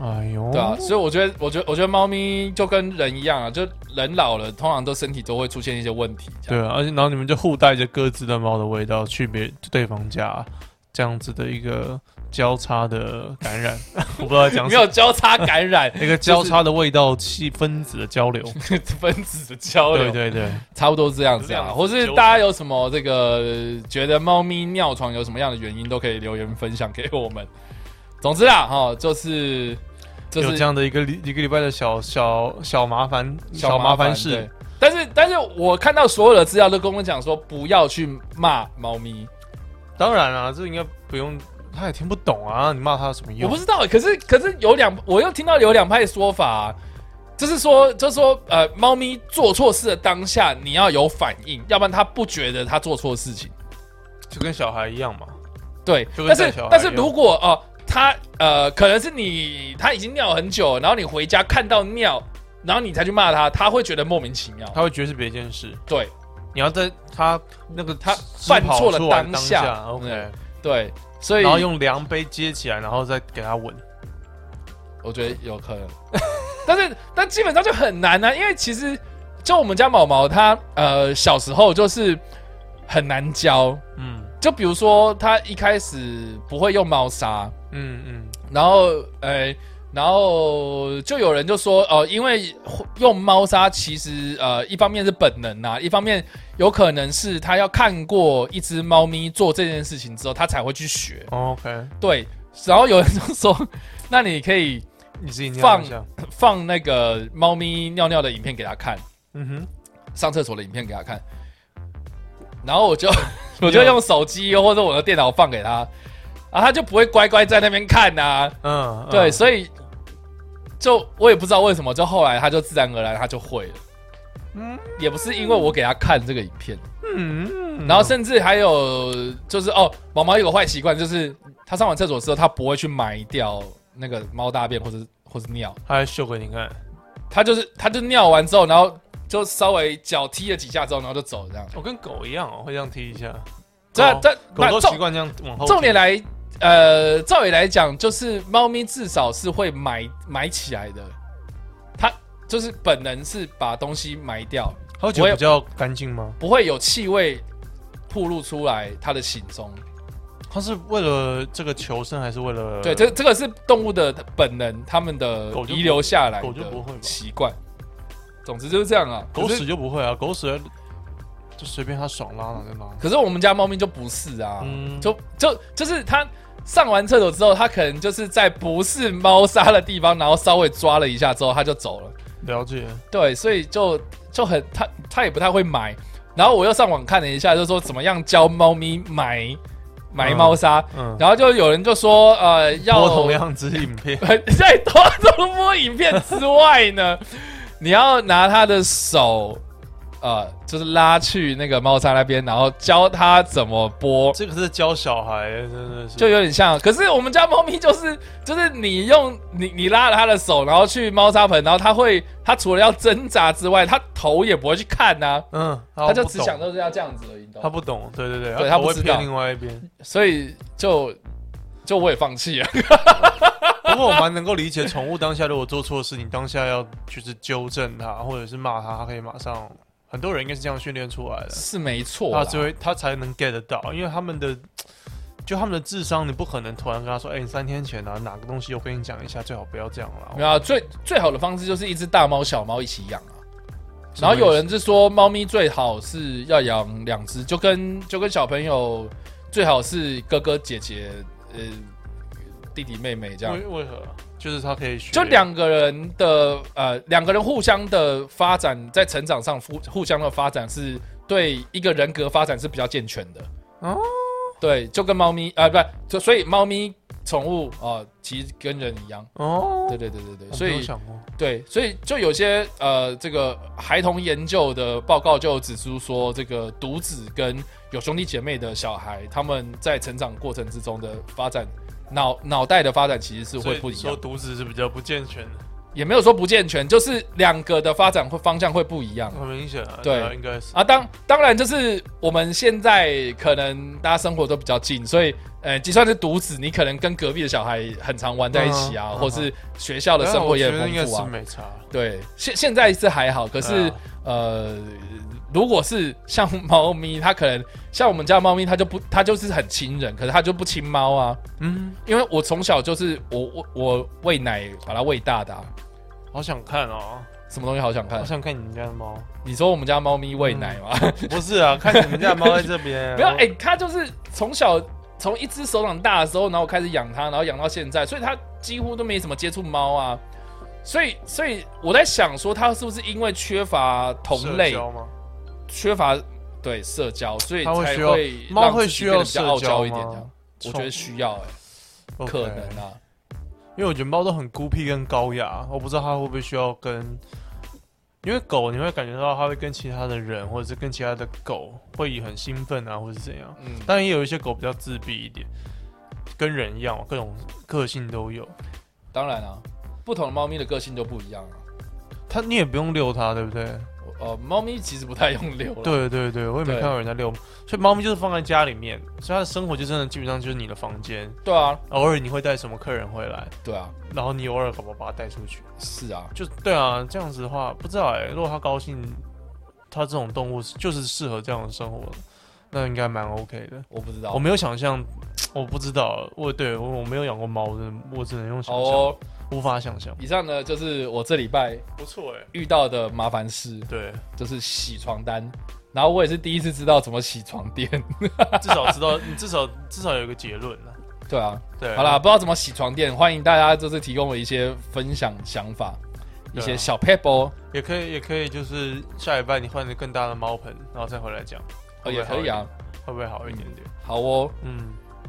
Speaker 5: 哎呦，
Speaker 4: 对啊，所以我觉得，我觉得，我觉得猫咪就跟人一样啊，就人老了，通常都身体都会出现一些问题。这样
Speaker 5: 对啊，而且然后你们就互带着各自的猫的味道去别对方家，这样子的一个交叉的感染， 我不知道在讲
Speaker 4: 没
Speaker 5: 什么
Speaker 4: 有，交叉感染
Speaker 5: 一个交叉的味道气分子的交流，
Speaker 4: 分子的交流，
Speaker 5: 对对对，
Speaker 4: 差不多是这样子
Speaker 5: 这样
Speaker 4: 啊。
Speaker 5: 子
Speaker 4: 或是大家有什么这个觉得猫咪尿床有什么样的原因，都可以留言分享给我们。总之啦，哈，就是 就
Speaker 5: 有
Speaker 4: 是
Speaker 5: 这样的一个礼一个礼拜的小小小麻烦小麻烦事
Speaker 4: 对，但是，但是我看到所有的资料都跟我讲说，不要去骂猫咪。
Speaker 5: 当然啊，这应该不用，他也听不懂啊，你骂他有什么
Speaker 4: 我
Speaker 5: 用？
Speaker 4: 不知道欸，可是可是有两，我又听到有两派说法啊、就是说，就是说，呃，猫咪做错事的当下，你要有反应，要不然它不觉得它做错事情。
Speaker 5: 就跟小孩一样嘛，
Speaker 4: 哦对，
Speaker 5: 就跟
Speaker 4: 但
Speaker 5: 带
Speaker 4: 是
Speaker 5: 小孩
Speaker 4: 但是
Speaker 5: 一样
Speaker 4: 如果哦，它呃，可能是你它已经尿很久，然后你回家看到尿，然后你才去骂它，它会觉得莫名其妙。
Speaker 5: 他会觉得是别件事。
Speaker 4: 对
Speaker 5: 你要在他那个
Speaker 4: 他
Speaker 5: 吃
Speaker 4: 犯
Speaker 5: 跑
Speaker 4: 错了
Speaker 5: 出来
Speaker 4: 当
Speaker 5: 当
Speaker 4: 下
Speaker 5: ，OK，
Speaker 4: 嗯对，所以
Speaker 5: 然后用量杯接起来，然后再给他吻。
Speaker 4: 我觉得有可能， 但是但基本上就很难啊，因为其实就我们家毛毛它呃小时候就是很难教，
Speaker 5: 嗯
Speaker 4: 就比如说它一开始不会用猫砂，
Speaker 5: 嗯嗯，
Speaker 4: 然后呃然后就有人就说哦、呃因为用猫砂其实呃一方面是本能啊，一方面有可能是他要看过一只猫咪做这件事情之后，他才会去学，
Speaker 5: 哦 OK，
Speaker 4: 对，然后有人就说 那你可以。
Speaker 5: 你自己
Speaker 4: 放
Speaker 5: 念一下。
Speaker 4: 放那个猫咪尿尿的影片给他看，
Speaker 5: 嗯哼，
Speaker 4: 上厕所的影片给他看，然后我就我就用手机或者我的电脑放给他，啊，他就不会乖乖在那边看啊呐、
Speaker 5: 嗯，
Speaker 4: 对，
Speaker 5: 嗯
Speaker 4: 所以就我也不知道为什么，就后来他就自然而然他就会了。嗯
Speaker 5: 嗯，
Speaker 4: 也不是因为我给他看这个影片，
Speaker 5: 嗯
Speaker 4: 然后甚至还有就是哦，毛毛有个坏习惯，就是他上完厕所之后，他不会去埋掉那个猫大便或者或是尿，
Speaker 5: 他还秀给你看。
Speaker 4: 他就是他就尿完之后，然后就稍微脚踢了几下之后，然后就走这样。
Speaker 5: 我跟狗一样哦，会这样踢一下。
Speaker 4: 这
Speaker 5: 狗
Speaker 4: 这
Speaker 5: 狗
Speaker 4: 啊那
Speaker 5: 都习
Speaker 4: 重
Speaker 5: 惯这样往后。
Speaker 4: 重点，来，呃，照理来讲，就是猫咪至少是会埋埋起来的，它就是本能是把东西埋掉，
Speaker 5: 它会觉
Speaker 4: 我也
Speaker 5: 得比较干净吗？
Speaker 4: 不会有气味暴露出来它的行踪。
Speaker 5: 它是为了这个求生，还是为了？
Speaker 4: 对，这这个是动物的本能，它们的
Speaker 5: 狗就不
Speaker 4: 遗留下来
Speaker 5: 狗就不会
Speaker 4: 的
Speaker 5: 吧
Speaker 4: 习惯。总之就是这样啊，
Speaker 5: 狗
Speaker 4: 可是
Speaker 5: 屎就不会啊，狗屎就随便它爽拉哪就拉哪。
Speaker 4: 可是我们家猫咪就不是啊，
Speaker 5: 嗯
Speaker 4: 就就就是它上完厕所之后，他可能就是在不是猫砂的地方，然后稍微抓了一下之后，他就走了。
Speaker 5: 了解，
Speaker 4: 对，所以就就很他他也不太会买。然后我又上网看了一下，就说怎么样教猫咪买买
Speaker 5: 嗯
Speaker 4: 猫砂，
Speaker 5: 嗯，
Speaker 4: 然后就有人就说呃要，
Speaker 5: 播同样之影片
Speaker 4: 在多重播影片之外呢， 你要拿他的手，呃，就是拉去那个猫砂那边，然后教他怎么播，
Speaker 5: 这个是教小孩，真的是
Speaker 4: 就有点像。可是我们家猫咪就是就是你用你你拉了它的手，然后去猫砂盆，然后它会它除了要挣扎之外，它头也不会去看呐、
Speaker 5: 嗯，
Speaker 4: 它
Speaker 5: 他
Speaker 4: 就
Speaker 5: 不
Speaker 4: 只
Speaker 5: 懂
Speaker 4: 想，到是要这样子而已，你懂
Speaker 5: 他
Speaker 4: 吗？
Speaker 5: 不懂，对对对，
Speaker 4: 对他
Speaker 5: 他不
Speaker 4: 不
Speaker 5: 会
Speaker 4: 知道
Speaker 5: 偏另外一边。
Speaker 4: 所以就就我也放弃 了。
Speaker 5: 不过我蛮能够理解，宠物当下如果做错事，你当下要就是纠正它，或者是骂它，它可以马上。很多人应该是这样训练出来的，
Speaker 4: 是啊没错啦，
Speaker 5: 他啊就会他才能 get 得到，因为他们的就他们的智商，你不可能突然跟他说，哎、你三天前啊哪个东西我跟你讲一下，最好不要这样
Speaker 4: 没
Speaker 5: 了。
Speaker 4: 有、啊、最最好的方式就是一只大猫小猫一起养啊。
Speaker 5: 什么
Speaker 4: 然
Speaker 5: 意思
Speaker 4: 后有人是说，猫咪最好是要养两只，就跟就跟小朋友最好是哥哥姐姐，呃，弟弟妹妹这样。
Speaker 5: 为为何？就是他可以学，
Speaker 4: 就两个人的呃，两个人互相的发展，在成长上互互相的发展是对一个人格发展是比较健全的。
Speaker 5: 哦
Speaker 4: 哦，对，就跟猫咪啊、不，就所以猫咪宠物啊、其实跟人一样。
Speaker 5: 哦，
Speaker 4: 对对对对对，
Speaker 5: 我
Speaker 4: 所
Speaker 5: 没有
Speaker 4: 以
Speaker 5: 想过，
Speaker 4: 对，所以就有些呃，这个孩童研究的报告就指出说，这个独子跟有兄弟姐妹的小孩，他们在成长过程之中的发展，脑脑袋的发展其实是
Speaker 5: 所
Speaker 4: 会
Speaker 5: 以
Speaker 4: 不
Speaker 5: 你
Speaker 4: 一
Speaker 5: 说
Speaker 4: 样，
Speaker 5: 独子是比较不健全的，
Speaker 4: 也没有说不健全，就是两个的发展会方向会不一样。
Speaker 5: 很明显啊，
Speaker 4: 对
Speaker 5: 啊应该是
Speaker 4: 啊，当当然就是我们现在可能大家生活都比较近，所以呃，就算是独子，你可能跟隔壁的小孩很常玩在一起啊，
Speaker 5: 嗯嗯嗯
Speaker 4: 或是学校的
Speaker 5: 但
Speaker 4: 生活
Speaker 5: 我
Speaker 4: 也
Speaker 5: 觉得
Speaker 4: 很
Speaker 5: 应该
Speaker 4: 丰富
Speaker 5: 是
Speaker 4: 啊。
Speaker 5: 没啊差。
Speaker 4: 对，现现在是还好，可
Speaker 5: 可
Speaker 4: 是、呃，如果是像猫咪，它可能像我们家猫咪，它就不，它就是很亲人，可是它就不亲猫啊。
Speaker 5: 嗯，
Speaker 4: 因为我从小就是我我我喂奶把它喂大的、啊，
Speaker 5: 好想看哦，
Speaker 4: 什么东西好想看
Speaker 5: 好？想看你们家的猫。
Speaker 4: 你说我们家猫咪喂奶吗？
Speaker 5: 不是啊，看你们家的猫在这边
Speaker 4: 。没有，哎、它就是从小从一只手掌大的时候，然后我开始养它，然后养到现在，所以它几乎都没怎么接触猫啊。所以，所以我在想说，它是不是因为缺乏同类
Speaker 5: 社，交吗？
Speaker 4: 缺乏对社交，所以
Speaker 5: 它
Speaker 4: 才
Speaker 5: 会需要
Speaker 4: 会
Speaker 5: 猫会
Speaker 4: 会
Speaker 5: 需要
Speaker 4: 比较
Speaker 5: 社
Speaker 4: 傲
Speaker 5: 交
Speaker 4: 娇一点
Speaker 5: 吗
Speaker 4: 这样。我觉得需要哎、
Speaker 5: OK
Speaker 4: 可能啊，
Speaker 5: 因为我觉得猫都很孤僻跟高雅，我不知道它会不会需要跟，因为狗你会感觉到它会跟其他的人或者是跟其他的狗会以很兴奋啊，或是怎样。
Speaker 4: 嗯，
Speaker 5: 当然也有一些狗比较自闭一点，跟人一样，各种个性都有。
Speaker 4: 当然啊，不同的猫咪的个性就不一样啊。
Speaker 5: 它你也不用遛它，对不对？
Speaker 4: 呃，猫咪其实不太用遛了，，
Speaker 5: 对对对，我也没
Speaker 4: 对
Speaker 5: 看到人家遛，所以猫咪就是放在家里面，所以它的生活就真的基本上就是你的房间。
Speaker 4: 对啊，
Speaker 5: 偶尔你会带什么客人回来，
Speaker 4: 对啊，
Speaker 5: 然后你偶尔搞不好把它带出去。
Speaker 4: 是啊，
Speaker 5: 就对啊，这样子的话，不知道哎、如果它高兴，它这种动物是就是适合这样的生活，那应该蛮 OK 的。
Speaker 4: 我不知道
Speaker 5: 我。没有想象，我不知道，我对我我没有养过猫，我真的我只能用想
Speaker 4: 好
Speaker 5: 象，
Speaker 4: 哦，
Speaker 5: 无法想象。
Speaker 4: 以上呢就是我这礼拜
Speaker 5: 不错哎、
Speaker 4: 遇到的麻烦事，
Speaker 5: 对，
Speaker 4: 就是洗床单。然后我也是第一次知道怎么洗床垫，
Speaker 5: 至少知道，你至少至少有一个结论了。
Speaker 4: 对啊，
Speaker 5: 对，
Speaker 4: 好啦，，不知道怎么洗床垫，欢迎大家就是提供我一些分享想法，一
Speaker 5: 对啊
Speaker 4: 些小 pebble
Speaker 5: 也可以也可以，就是下礼拜你换个更大的猫盆，然后再回来讲，
Speaker 4: 哦也可以啊，
Speaker 5: 会不会好一点点？
Speaker 4: 好哦，
Speaker 5: 嗯。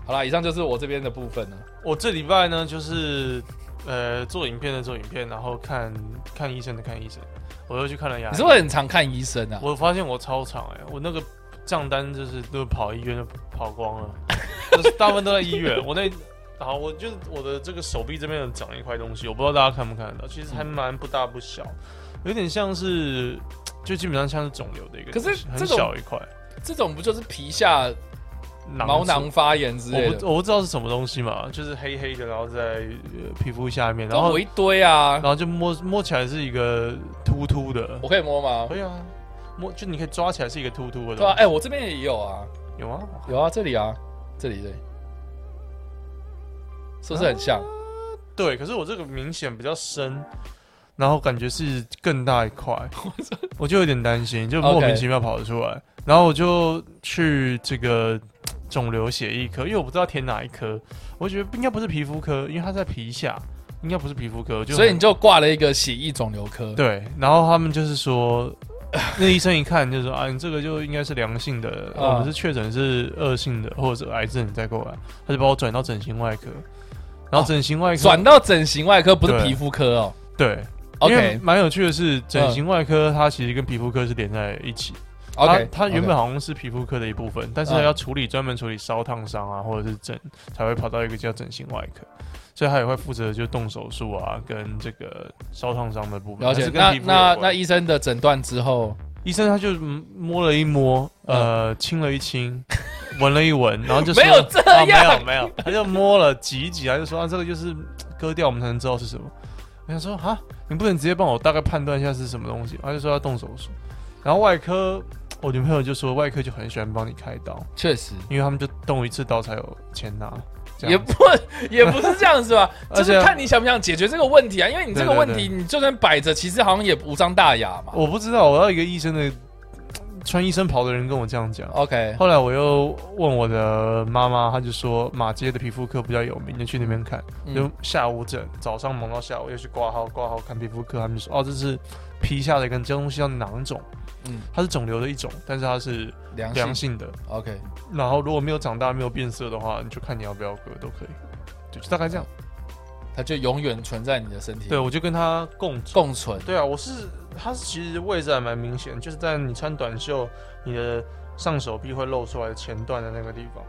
Speaker 4: 好啦，以上就是我这边的部分了。
Speaker 5: 我这礼拜呢，就是呃做影片的做影片，然后看看医生的看医生，我又去看了牙医。
Speaker 4: 你是不是很常看医生啊？
Speaker 5: 啊我发现我超长哎、我那个账单就是都跑医院就跑光了，就是大部分都在医 院。我那然后我就我的这个手臂这边有长一块东西，我不知道大家看不看得到，其实还蛮不大不小，有点像是就基本上像是肿瘤的一个
Speaker 4: 可
Speaker 5: 东
Speaker 4: 是
Speaker 5: 西，
Speaker 4: 这
Speaker 5: 很
Speaker 4: 种
Speaker 5: 小一块
Speaker 4: 这种不就是皮下毛
Speaker 5: 囊
Speaker 4: 囊发炎之类
Speaker 5: 我不
Speaker 4: 的？
Speaker 5: 我不知道是什么东西嘛，就是黑黑的，然后在、呃皮肤下面，然
Speaker 4: 都
Speaker 5: 后
Speaker 4: 有一堆啊
Speaker 5: 然，后就摸摸起来是一个突突的，
Speaker 4: 我可以摸吗
Speaker 5: 可？以啊，摸就你可以抓起来是一个突突的，
Speaker 4: 对啊，哎，我这边也有啊，
Speaker 5: 有啊，
Speaker 4: 有啊，这里啊，这里这里，是不是很像？
Speaker 5: 啊对，可是我这个明显比较深，然后感觉是更大一 块，我就有点担心，就莫
Speaker 4: OK
Speaker 5: 名其妙跑得出来，然后我就去这个肿瘤血液科，因为我不知道填哪一科，我觉得应该不是皮肤科，因为它在皮下，应该不是皮肤科，就
Speaker 4: 所以你
Speaker 5: 很
Speaker 4: 就挂了一个血液肿瘤科。
Speaker 5: 对，然后他们就是说， 那医生一看就说啊，你这个就应该是良性的，
Speaker 4: 啊
Speaker 5: 我们是确诊是恶性的或者是癌症，你再过来，他就把我转到整形外科，然
Speaker 4: 哦
Speaker 5: 后整形外科
Speaker 4: 转到整形外科，不是
Speaker 5: 对
Speaker 4: 皮肤科哦。
Speaker 5: 对。因为
Speaker 4: OK
Speaker 5: 蛮有趣的是，整形外科它其实跟皮肤科是连在一起。
Speaker 4: OK，
Speaker 5: 它它原本好像是皮肤科的一部分，但是它
Speaker 4: 嗯
Speaker 5: 要处理专门处理烧烫伤啊，或者是整，才会跑到一个叫整形外科。所以它也会负责就动手术啊，跟这个烧烫伤的部分。
Speaker 4: 了
Speaker 5: 但
Speaker 4: 解
Speaker 5: 是。跟
Speaker 4: 那
Speaker 5: 皮肤有
Speaker 4: 那
Speaker 5: 关
Speaker 4: 那医生的诊断之后，
Speaker 5: 医生他就嗯摸了一摸，呃，亲了一亲， 闻了一闻，然后就说
Speaker 4: 嗯没有这
Speaker 5: 啊
Speaker 4: 样
Speaker 5: 没有没有，他就摸了挤一挤，他就说啊，这个就是嗯割掉，我们才能知道是什么。我想说啊，你不能直接帮我大概判断一下是什么东西，他就说要动手术。然后外科，我女朋友就说外科就很喜欢帮你开刀，
Speaker 4: 确实
Speaker 5: 因为他们就动一次刀才有钱拿，这
Speaker 4: 也
Speaker 5: 样
Speaker 4: 不 也不是这样是 吧？就
Speaker 5: 而且
Speaker 4: 是看你想不想解决这个问题啊，因为你这个
Speaker 5: 对对
Speaker 4: 问
Speaker 5: 对
Speaker 4: 题，你就算摆着，其实好像也无伤大雅嘛。
Speaker 5: 我不知道，我要一个医生的穿医生袍的人跟我这样讲。
Speaker 4: OK，
Speaker 5: 后来我又问我的妈妈，她就说马街的皮肤科比较有名，就去那边看。
Speaker 4: 嗯
Speaker 5: 就下午诊，早上忙到下午，又去挂号，挂号看皮肤科，他们就说哦，这是皮下的一个东西叫囊肿，
Speaker 4: 嗯
Speaker 5: 它是肿瘤的一种，但是它是
Speaker 4: 良
Speaker 5: 良
Speaker 4: 性
Speaker 5: 性的。
Speaker 4: OK，
Speaker 5: 然后如果没有长大、没有变色的话，你就看你要不要割都可以，就就大概这样。
Speaker 4: 啊它就永远存在你的身体
Speaker 5: 对，我就跟他共处。
Speaker 4: 共存。
Speaker 5: 对啊，我是它是其实位置还蛮明显，就是在你穿短袖，你的上手臂会露出来前段的那个地方。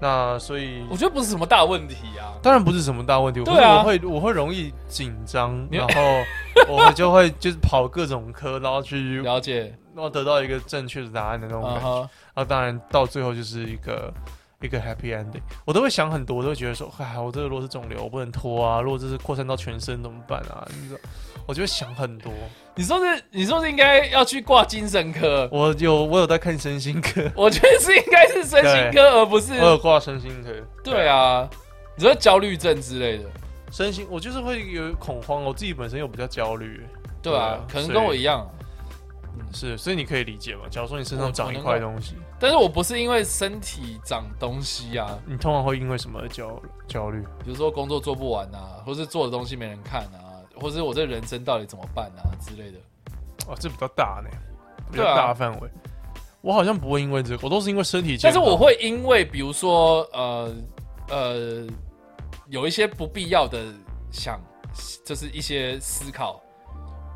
Speaker 5: 那所以
Speaker 4: 我觉得不是什么大问题啊。
Speaker 5: 当然不是什么大问题，我
Speaker 4: 对啊
Speaker 5: 我会我会容易紧张，
Speaker 4: 你
Speaker 5: 然后 我就会就是跑各种科，然后去然
Speaker 4: 了解，
Speaker 5: 后得到一个正确的答案的那种
Speaker 4: 嗯
Speaker 5: 感觉。
Speaker 4: 哼，
Speaker 5: 那当然到最后就是一个一个 happy ending，我都会想很多，我都会觉得说，哎，我这个如果是肿瘤，我不能拖啊，如果这是扩散到全身怎么办啊？你知道，我就会想很多。
Speaker 4: 你说是你说是应该要去挂精神科，
Speaker 5: 我有我有在看身心科，
Speaker 4: 我觉得是应该是身心科，而不是
Speaker 5: 我有挂身心科。
Speaker 4: 对啊，你说焦虑症之类的，
Speaker 5: 身心我就是会有恐慌，我自己本身又比较焦虑。
Speaker 4: 对啊，
Speaker 5: 对啊
Speaker 4: 可能
Speaker 5: 所以
Speaker 4: 跟我一样，
Speaker 5: 是，所以你可以理解嘛？假如说你身
Speaker 4: 我
Speaker 5: 上长
Speaker 4: 我
Speaker 5: 一
Speaker 4: 能
Speaker 5: 块
Speaker 4: 够
Speaker 5: 东西，
Speaker 4: 但是我不是因为身体长东西啊，
Speaker 5: 你通常会因为什么而焦焦虑？
Speaker 4: 比如说工作做不完啊，或是做的东西没人看啊，或是我这人生到底怎么办啊之类的。
Speaker 5: 哦，这比较大呢，比较
Speaker 4: 对啊
Speaker 5: 大范围。我好像不会因为这个，我都是因为身体健
Speaker 4: 但
Speaker 5: 康。
Speaker 4: 是我会因为比如说呃呃，有一些不必要的想，就是一些思考，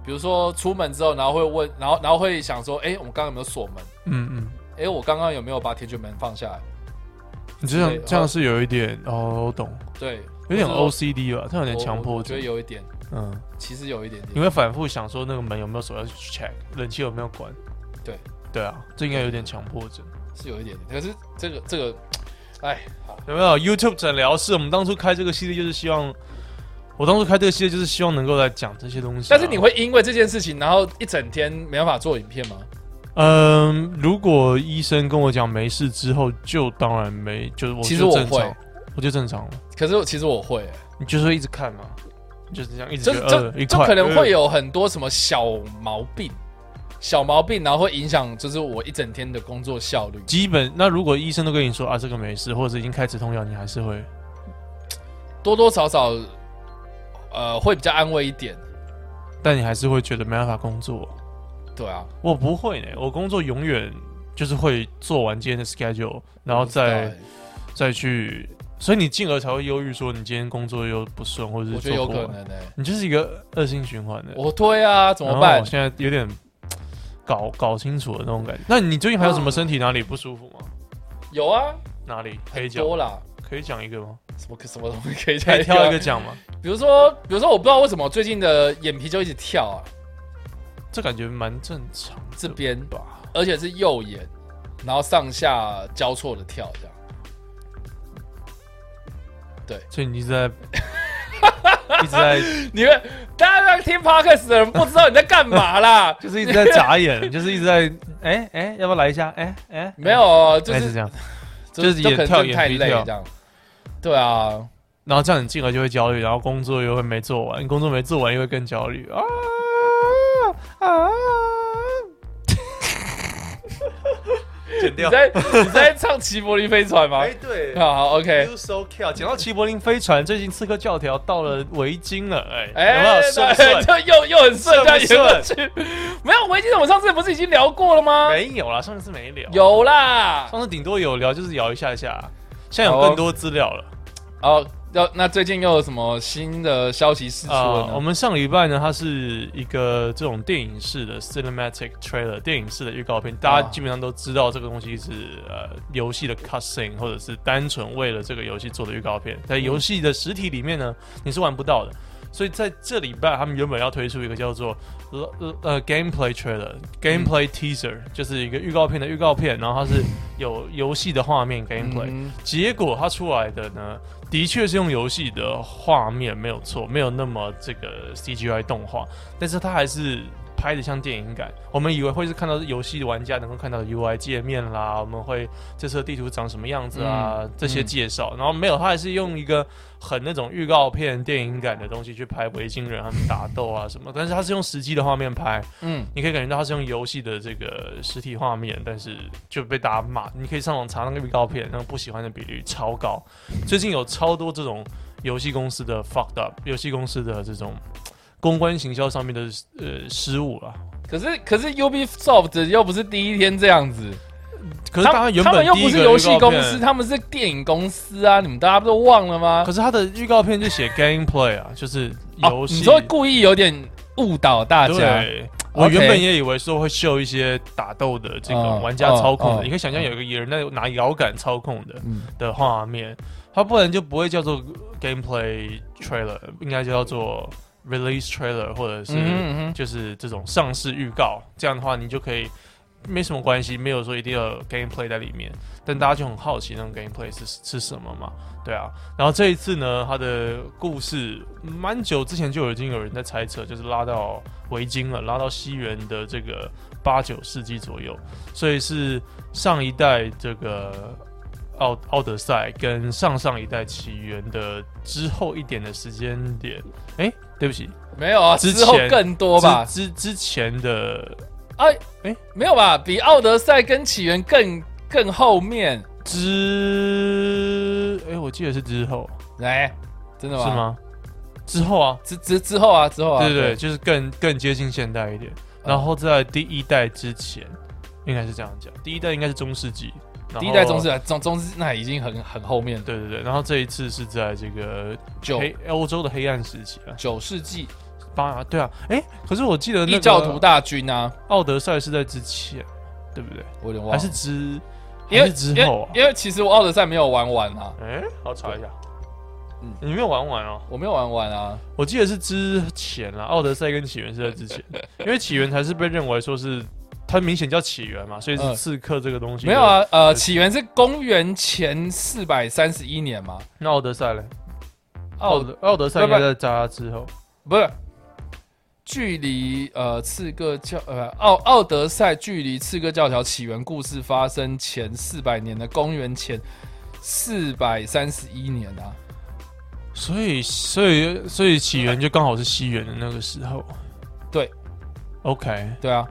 Speaker 4: 比如说出门之后，然后会问，然后然后会想说，哎、我刚刚有没有锁门？
Speaker 5: 嗯嗯，
Speaker 4: 哎、我刚刚有没有把铁卷门放下来？
Speaker 5: 你这样
Speaker 4: 对
Speaker 5: 这样是有一点哦，我懂，
Speaker 4: 对，
Speaker 5: 有点
Speaker 4: 或者说
Speaker 5: OCD 吧，他有点
Speaker 4: 我
Speaker 5: 强
Speaker 4: 我
Speaker 5: 迫
Speaker 4: 我觉得
Speaker 5: 症。
Speaker 4: 有一点，
Speaker 5: 嗯，
Speaker 4: 其实有一点
Speaker 5: 你
Speaker 4: 点。
Speaker 5: 会反复想说那个门有没有锁要去 check，冷气有没有关？
Speaker 4: 对
Speaker 5: 对啊，这应该有点强迫症。
Speaker 4: 是有一点点，可是这个这个，哎，好
Speaker 5: 有没有 YouTube 诊疗室？我们当初开这个系列就是希望，我当初开这个系列就是希望能够来讲这些东西啊、
Speaker 4: 但是你会因为这件事情，然后一整天没办法做影片吗？
Speaker 5: 嗯，如果医生跟我讲没事之后，就当然没，就是我
Speaker 4: 其实
Speaker 5: 就
Speaker 4: 我
Speaker 5: 正常
Speaker 4: 会，
Speaker 5: 我就正常了。
Speaker 4: 可是我其实我会、欸
Speaker 5: 你就是会一直看嘛，就是这样一直
Speaker 4: 就
Speaker 5: 觉得
Speaker 4: 就
Speaker 5: 呃一
Speaker 4: 就
Speaker 5: 块
Speaker 4: 可能会
Speaker 5: 呃
Speaker 4: 有很多什么小毛病，小毛病，然后会影响就是我一整天的工作效率。
Speaker 5: 基本。那如果医生都跟你说啊，这个没事，或者是已经开止痛药，你还是会
Speaker 4: 多多少少，呃，会比较安慰一点。
Speaker 5: 但你还是会觉得没办法工作。
Speaker 4: 对啊，
Speaker 5: 我不会呢，我工作永远就是会做完今天的 schedule，然后
Speaker 4: 不知道
Speaker 5: 再
Speaker 4: 欸
Speaker 5: 再去，所以你进而才会忧郁，说你今天工作又不顺，或者是
Speaker 4: 我觉得有
Speaker 5: 做不
Speaker 4: 可
Speaker 5: 啊完
Speaker 4: 能哎、
Speaker 5: 你就是一个恶性循环的。
Speaker 4: 我推啊，怎么
Speaker 5: 然后
Speaker 4: 办
Speaker 5: 我？现在有点搞搞清楚了那种感觉。那你最近还有什么身体哪里不舒服吗？
Speaker 4: 有啊，
Speaker 5: 哪里可以讲？
Speaker 4: 多啦，
Speaker 5: 可以讲一个吗？
Speaker 4: 什么什么 东西 可以
Speaker 5: 可
Speaker 4: 再啊
Speaker 5: 以挑一个？讲吗？
Speaker 4: 比如说，比如说，我不知道为什么最近的眼皮就一直跳啊，
Speaker 5: 这感觉蛮正常的
Speaker 4: 这边
Speaker 5: 吧？
Speaker 4: 而且是右眼，然后上下交错的跳这样。
Speaker 5: 所以你一直在 一直在，
Speaker 4: 你们大家在听 podcast 的人不知道你在干嘛啦
Speaker 5: 就是一直在 眨眼，就是一直在哎哎，要不要来一下？哎哎，
Speaker 4: 没有，就
Speaker 5: 类似
Speaker 4: 是
Speaker 5: 这样。就是
Speaker 4: 就可
Speaker 5: 眼
Speaker 4: 能
Speaker 5: 跳
Speaker 4: 真的太
Speaker 5: 眼皮
Speaker 4: 累
Speaker 5: 跳
Speaker 4: 这样。对啊，
Speaker 5: 然后这样你进而就会焦虑，然后工作又会没做完，工作没做完又会更焦虑啊啊！剪
Speaker 4: 你
Speaker 5: 掉。
Speaker 4: 在你在唱齐柏林飞船吗
Speaker 5: 哎，？对
Speaker 4: 好好，OK，
Speaker 5: ，You so cute。讲到哎齐柏林飞船，最近《刺客教条》到了围巾了，哎、有没
Speaker 4: 哎
Speaker 5: 有，顺不顺？
Speaker 4: 就又又很顺，这样
Speaker 5: 顺不
Speaker 4: 演过去。没有，我记得我上次不是已经聊过了吗？
Speaker 5: 没有啦，上次没聊，
Speaker 4: 有啦。
Speaker 5: 上次顶多有聊，就是聊一下下。现在有更多资料了
Speaker 4: 哦，要那最近又有什么新的消息释出了
Speaker 5: 啊、我
Speaker 4: 呢？
Speaker 5: 们上礼拜呢，它是一个这种电影式的 cinematic trailer，电影式的预告片，大家基本上都知道这个东西是呃游戏的 cutscene，或者是单纯为了这个游戏做的预告片。在游戏的实体里面呢，你是玩不到的。所以在这礼拜，他们原本要推出一个叫做呃呃呃 gameplay trailer、gameplay teaser，、就是一个预告片的预告片，然后它是有游戏的画面 gameplay，、
Speaker 4: 嗯
Speaker 5: 结果它出来的呢，的确是用游戏的画面没有错，没有那么这个 CGI 动画，但是它还是拍的像电影感。我们以为会是看到游戏玩家能够看到的 UI 界面啦，我们会这次的地图长什么样子啊，
Speaker 4: 嗯
Speaker 5: 这些介绍，然后没有，它还是用一个很那种预告片电影感的东西去拍维京人他们打斗啊什么，但是它是用实际的画面拍，
Speaker 4: 嗯，
Speaker 5: 你可以感觉到它是用游戏的这个实体画面，但是就被大家骂。你可以上网查那个预告片，那个不喜欢的比率超高。最近有超多这种游戏公司的 fucked up，游戏公司的这种公关行销上面的呃失误啊。
Speaker 4: 可是可是 Ubisoft 又不是第一天这样子，
Speaker 5: 可是
Speaker 4: 他
Speaker 5: 它原
Speaker 4: 他
Speaker 5: 本
Speaker 4: 们又
Speaker 5: 第一
Speaker 4: 不
Speaker 5: 个
Speaker 4: 是游戏
Speaker 5: 预告
Speaker 4: 公
Speaker 5: 片
Speaker 4: 司，他们是电影公司啊！你们大家不都忘了吗
Speaker 5: 可？是它的预告片就写 gameplay 啊，就是游
Speaker 4: 哦、
Speaker 5: 戏。
Speaker 4: 你说故意有点误导大家，
Speaker 5: 对，我
Speaker 4: OK
Speaker 5: 原本也以为说会秀一些打斗的这个
Speaker 4: 嗯
Speaker 5: 玩家操控的，
Speaker 4: 嗯
Speaker 5: 你可以想象有一个野人在拿摇杆操控的
Speaker 4: 嗯
Speaker 5: 的画面，它不然就不会叫做 gameplay trailer，应该叫做 release trailer 或者是
Speaker 4: 嗯嗯
Speaker 5: 就是这种上市预告。这样的话，你就可以没什么关系，没有说一定要有 gameplay 在里面，但大家就很好奇那种 gameplay 是是什么嘛？对啊，然后这一次呢，它的故事蛮久之前就已经有人在猜测，就是拉到维京了，拉到西元的这个八九世纪左右，所以是上一代这个奥奥德赛跟上上一代起源的之后一点的时间点。哎，对不起，
Speaker 4: 哼没有啊，
Speaker 5: 之
Speaker 4: 之后
Speaker 5: 前
Speaker 4: 更多吧？
Speaker 5: 之之之前的
Speaker 4: 哎
Speaker 5: 哎
Speaker 4: 没有吧？比奥德赛跟起源更更后面，
Speaker 5: 之哎，我记得是之后
Speaker 4: 来，哎真的
Speaker 5: 是
Speaker 4: 吗？？
Speaker 5: 吗？之后啊，
Speaker 4: 之之之后啊，之后啊，嗯
Speaker 5: 对对对，就是更更接近现代一点。然后在第一代之前，应该是这样讲，第一代应该是中世纪，然后
Speaker 4: 第一代中世啊中中世那已经很很后面了，
Speaker 5: 对对对，然后这一次是在这个
Speaker 4: 九
Speaker 5: 黑欧洲的黑暗时期啊，
Speaker 4: 九世纪
Speaker 5: 八对啊，哎，可是我记得
Speaker 4: 异
Speaker 5: 那个
Speaker 4: 教徒大军啊，
Speaker 5: 奥德赛是在之前，对不对？
Speaker 4: 我有点忘
Speaker 5: 还
Speaker 4: 了，
Speaker 5: 是之
Speaker 4: 因
Speaker 5: 还
Speaker 4: 为
Speaker 5: 是之后啊
Speaker 4: 因为？因为其实我奥德赛没有玩完啊，
Speaker 5: 哎，好查一下，
Speaker 4: 嗯
Speaker 5: 你没有玩完哦？
Speaker 4: 我没有玩完啊，
Speaker 5: 我记得是之前啦，奥德赛跟起源是在之 前，因为起源才是被认为说是它明显叫起源嘛，所以是
Speaker 4: 嗯
Speaker 5: 刺客这个东西。
Speaker 4: 没有，啊，呃，起源是公元前四百三十一年嘛，
Speaker 5: 那奥德赛嘞？奥
Speaker 4: 奥
Speaker 5: 德奥德赛应该在扎拉之后，
Speaker 4: 不是。距离呃刺客教呃奥奥德赛距离刺客教条起源故事发生前四百年的公元前四百三十一年啊，
Speaker 5: 所以所以所以起源就刚好是西元的那个时候。
Speaker 4: 对
Speaker 5: ，OK，
Speaker 4: 对啊，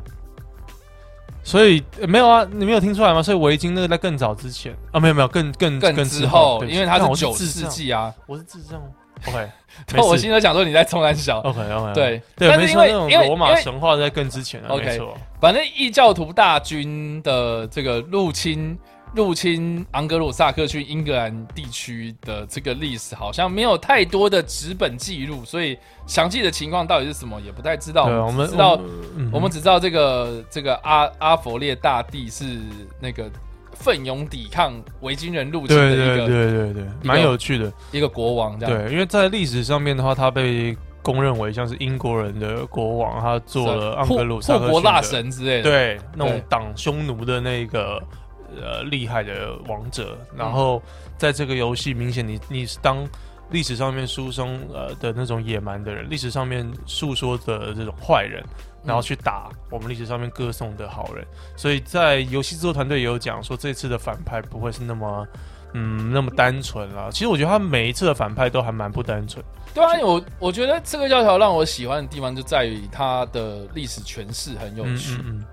Speaker 5: 所以、呃没有啊，你没有听出来吗？所以维京那个在更早之前啊，没有没有，更更
Speaker 4: 更
Speaker 5: 之
Speaker 4: 之后，
Speaker 5: 对不起
Speaker 4: 因为它
Speaker 5: 看我
Speaker 4: 是
Speaker 5: 是
Speaker 4: 九
Speaker 5: 智
Speaker 4: 世
Speaker 5: 障，
Speaker 4: 纪啊。
Speaker 5: 我是智障。OK，没
Speaker 4: 那我
Speaker 5: 事
Speaker 4: 心里想说你在冲三小，
Speaker 5: OK OK，
Speaker 4: 对
Speaker 5: 对，
Speaker 4: 但
Speaker 5: 没
Speaker 4: 是因
Speaker 5: 错，
Speaker 4: 为
Speaker 5: 那种
Speaker 4: 因为
Speaker 5: 罗马
Speaker 4: 因为
Speaker 5: 神话在更之前啊，
Speaker 4: OK
Speaker 5: 没错。
Speaker 4: 反正异教徒大军的这个入侵入侵昂格鲁萨克逊英格兰地区的这个历史，好像没有太多的纸本记录，所以详细的情况到底是什么也不太知道。
Speaker 5: 对，我
Speaker 4: 只
Speaker 5: 们
Speaker 4: 知道，
Speaker 5: 嗯
Speaker 4: 我们只知道这个这个阿阿佛列大帝是那个奋勇抵抗维京人入侵的
Speaker 5: 对
Speaker 4: 一个
Speaker 5: 对对对对，蛮有趣的。
Speaker 4: 一个国王，这样
Speaker 5: 对，因为在历史上面的话，他被公认为像是英国人的国王，他做了
Speaker 4: 啊
Speaker 5: 昂格鲁萨克
Speaker 4: 护国
Speaker 5: 逊
Speaker 4: 大
Speaker 5: 的
Speaker 4: 神之类的。
Speaker 5: 对那种
Speaker 4: 对
Speaker 5: 挡匈奴的那个呃厉害的王者。然后在这个游戏，明显你你是当历史上面书中呃的那种野蛮的人，历史上面诉说的这种坏人，然后去打我们历史上面歌颂的好人。所以在游戏制作团队也有讲说，这次的反派不会是那么。嗯，那么单纯啦。其实我觉得他每一次的反派都还蛮不单纯。
Speaker 4: 对啊，我我觉得这个教条让我喜欢的地方就在于它的历史诠释很有
Speaker 5: 嗯
Speaker 4: 趣。
Speaker 5: 嗯嗯。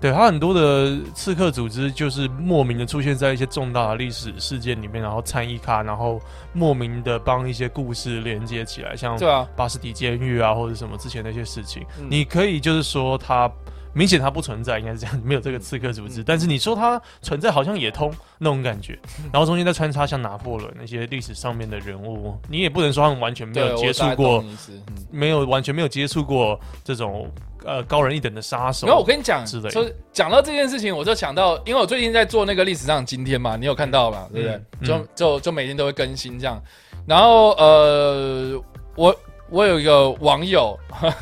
Speaker 5: 对，它很多的刺客组织就是莫名的出现在一些重大的历史事件里面，然后参与咖，然后莫名的帮一些故事连接起来，像
Speaker 4: 对啊，
Speaker 5: 巴士底监狱啊，或者什么之前那些事情，
Speaker 4: 嗯
Speaker 5: 你可以就是说它明显它不存在，应该是这样，没有这
Speaker 4: 嗯
Speaker 5: 个刺客组织，但是你说它存在好像也通那种感觉，
Speaker 4: 嗯
Speaker 5: 然后中间再穿插像拿破仑那些历史上面的人物，你也不能说他们完全没
Speaker 4: 对
Speaker 5: 有
Speaker 4: 我
Speaker 5: 接触
Speaker 4: 大概
Speaker 5: 过
Speaker 4: 懂，你意嗯思
Speaker 5: 没有完全没有接触过这种呃高人一等的杀手。
Speaker 4: 然后我跟你讲，
Speaker 5: 之类的
Speaker 4: 就是讲到这件事情，我就想到，因为我最近在做那个历史上的今天嘛，你有看到嘛，对不对？
Speaker 5: 嗯
Speaker 4: 就就就每天都会更新这样。然后呃，我我有一个网友，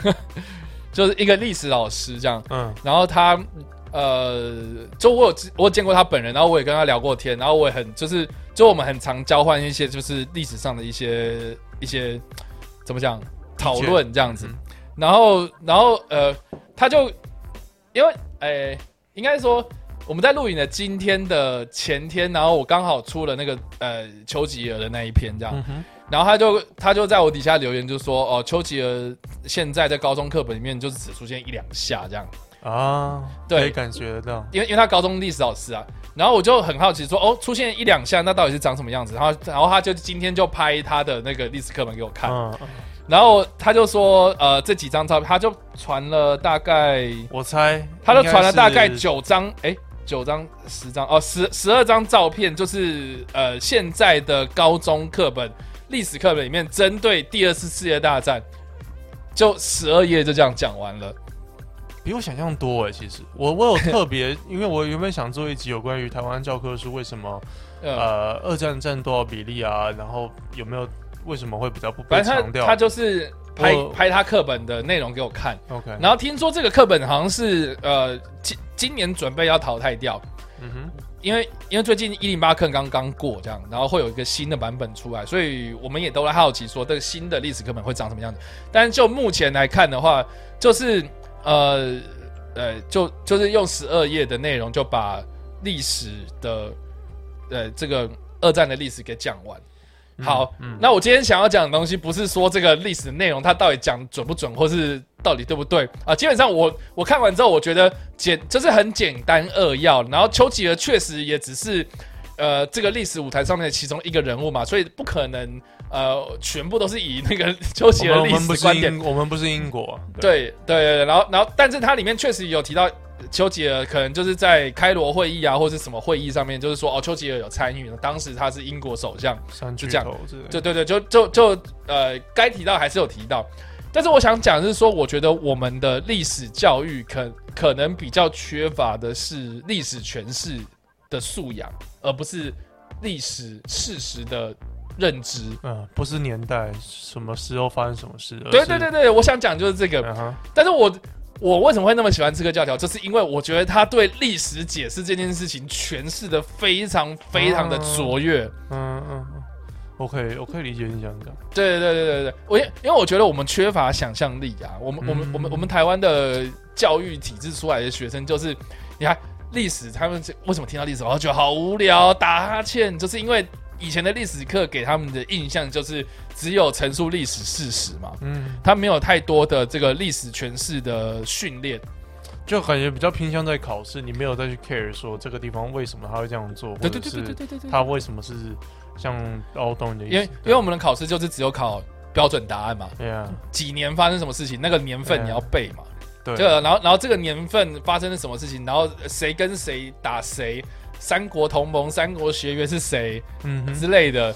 Speaker 4: 就是一个历史老师这样，
Speaker 5: 嗯
Speaker 4: 然后他呃，就我有知我有见过他本人，然后我也跟他聊过天，然后我也很就是就我们很常交换一些就是历史上的一些一些怎么讲讨论这样子，
Speaker 5: 嗯
Speaker 4: 然后然后呃，他就因为诶、应该说。我们在录影的今天的前天，然后我刚好出了那个呃丘吉尔的那一篇，这样，
Speaker 5: 嗯哼，
Speaker 4: 然后他就他就在我底下留言，就说哦，丘吉尔现在在高中课本里面就是只出现一两下这样，
Speaker 5: 啊，
Speaker 4: 对
Speaker 5: 可以感觉得到，
Speaker 4: 因为因为他高中历史老师啊，然后我就很好奇说，哦，出现一两下，那到底是长什么样子？然后然后他就今天就拍他的那个历史课本给我看，
Speaker 5: 嗯，
Speaker 4: 然后他就说，呃，这几张照片，他就传了大概，
Speaker 5: 我猜
Speaker 4: 他就传了大
Speaker 5: 应
Speaker 4: 概
Speaker 5: 该是，
Speaker 4: 九张，哎，九张、十张，哦，十十二张照片，就是呃现在的高中课本历史课本里面针对第二次世界大战，就十二页就这样讲完了。
Speaker 5: 比我想象多哎。其实我我有特别，因为我原本想做一集有关于台湾教科书为什么
Speaker 4: 呃，
Speaker 5: 呃二战占多少比例啊，然后有没有为什么会比较不被
Speaker 4: 反正
Speaker 5: 强
Speaker 4: 他
Speaker 5: 调？
Speaker 4: 他就是拍
Speaker 5: 我
Speaker 4: 拍他课本的内容给我看。
Speaker 5: OK，
Speaker 4: 然后听说这个课本好像是呃今今年准备要淘汰掉，
Speaker 5: 嗯哼，
Speaker 4: 因为因为最近一零八课刚刚过这样，然后会有一个新的版本出来，所以我们也都在好奇说这个新的历史课本会长什么样子。但是就目前来看的话，就是呃呃就就是用十二页的内容就把历史的呃这个二战的历史给讲完。
Speaker 5: 嗯
Speaker 4: 好，
Speaker 5: 嗯
Speaker 4: 那我今天想要讲的东西，不是说这个历史内容它到底讲准不准，或是到底对不对啊、基本上我我看完之后，我觉得简就是很简单扼要。然后丘吉尔确实也只是呃这个历史舞台上面的其中一个人物嘛，所以不可能呃全部都是以那个 丘吉尔
Speaker 5: 我们
Speaker 4: 历
Speaker 5: 我们不
Speaker 4: 史
Speaker 5: 是
Speaker 4: 观点
Speaker 5: 英，我们不是英国，
Speaker 4: 对对对，对然后然后，但是它里面确实有提到丘吉尔，可能就是在开罗会议啊，或是什么会议上面，就是说哦，丘吉尔有参与，当时他是英国首相，
Speaker 5: 三巨
Speaker 4: 就这样
Speaker 5: 头之类的
Speaker 4: 对对对，就就就呃，该提到还是有提到。但是我想讲的是说，我觉得我们的历史教育可可能比较缺乏的是历史诠释的素养，而不是历史事实的认知。
Speaker 5: 嗯，不是年代，什么时候发生什么事？而
Speaker 4: 对
Speaker 5: 是
Speaker 4: 对对，对，我想讲就是这个。
Speaker 5: 嗯哼，
Speaker 4: 但是我我为什么会那么喜欢刺客教条，就是因为我觉得他对历史解释这件事情诠释的非常非常的卓越。
Speaker 5: 嗯嗯嗯，我可以我可以理解你想讲，
Speaker 4: 对对对对对，我因因为我觉得我们缺乏想象力啊，我们我们
Speaker 5: 嗯
Speaker 4: 我们我们台湾的教育体制出来的学生，就是你看历史，他们是为什么听到历史，然后觉得好无聊，打哈欠，就是因为以前的历史课给他们的印象就是只有陈述历史事实嘛，
Speaker 5: 嗯，
Speaker 4: 他没有太多的这个历史诠释的训练。
Speaker 5: 就感觉比较偏向在考试，你没有再去 care 说这个地方为什么他会这样做，
Speaker 4: 对对对对对对对对。
Speaker 5: 他为什么是像凹洞的意思，
Speaker 4: 因为因为我们的考试就是只有考标准答案嘛，
Speaker 5: 对呀，
Speaker 4: 几年发生什么事情，那个年份
Speaker 5: 嗯
Speaker 4: 你要背嘛，
Speaker 5: 对，
Speaker 4: 对，然后然后这个年份发生了什么事情，然后谁跟谁打谁，三国同盟、三国学约是谁
Speaker 5: 嗯哼。
Speaker 4: 之类的，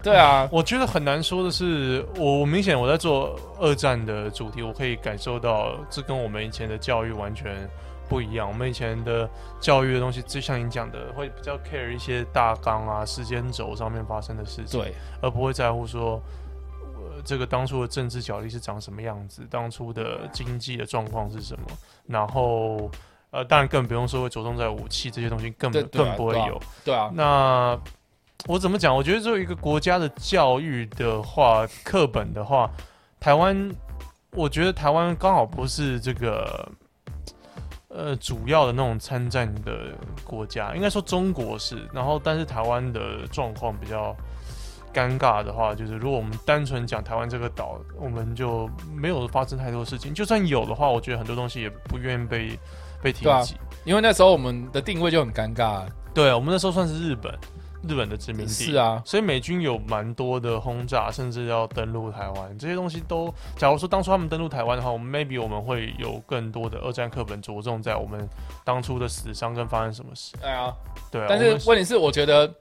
Speaker 4: 对啊，
Speaker 5: 我觉得很难说的是，我我明显我在做二战的主题，我可以感受到这跟我们以前的教育完全不一样。我们以前的教育的东西，就像你讲的，会比较 care 一些大纲啊、时间轴上面发生的事情，
Speaker 4: 对，
Speaker 5: 而不会在乎说。呃这个当初的政治角力是长什么样子，当初的经济的状况是什么，然后呃，当然更不用说会着重在武器这些东西，更
Speaker 4: 对对啊
Speaker 5: 更不会
Speaker 4: 对啊
Speaker 5: 有。
Speaker 4: 对啊，
Speaker 5: 那我怎么讲？我觉得作为一个国家的教育的话，课本的话，台湾，我觉得台湾刚好不是这个呃主要的那种参战的国家，应该说中国是。然后，但是台湾的状况比较。尴尬的话，就是如果我们单纯讲台湾这个岛，我们就没有发生太多事情。就算有的话，我觉得很多东西也不愿意被被提
Speaker 4: 对啊
Speaker 5: 及。
Speaker 4: 因为那时候我们的定位就很尴尬。
Speaker 5: 对，我们那时候算是日本，日本的殖民地
Speaker 4: 是啊
Speaker 5: 所以美军有蛮多的轰炸，甚至要登陆台湾，这些东西都，假如说当初他们登陆台湾的话，我们 maybe 我们会有更多的二战课本着重在我们当初的死伤跟发生什么事。
Speaker 4: 对啊，
Speaker 5: 对啊，
Speaker 4: 但
Speaker 5: 我
Speaker 4: 是
Speaker 5: 们
Speaker 4: 问题是，我觉得，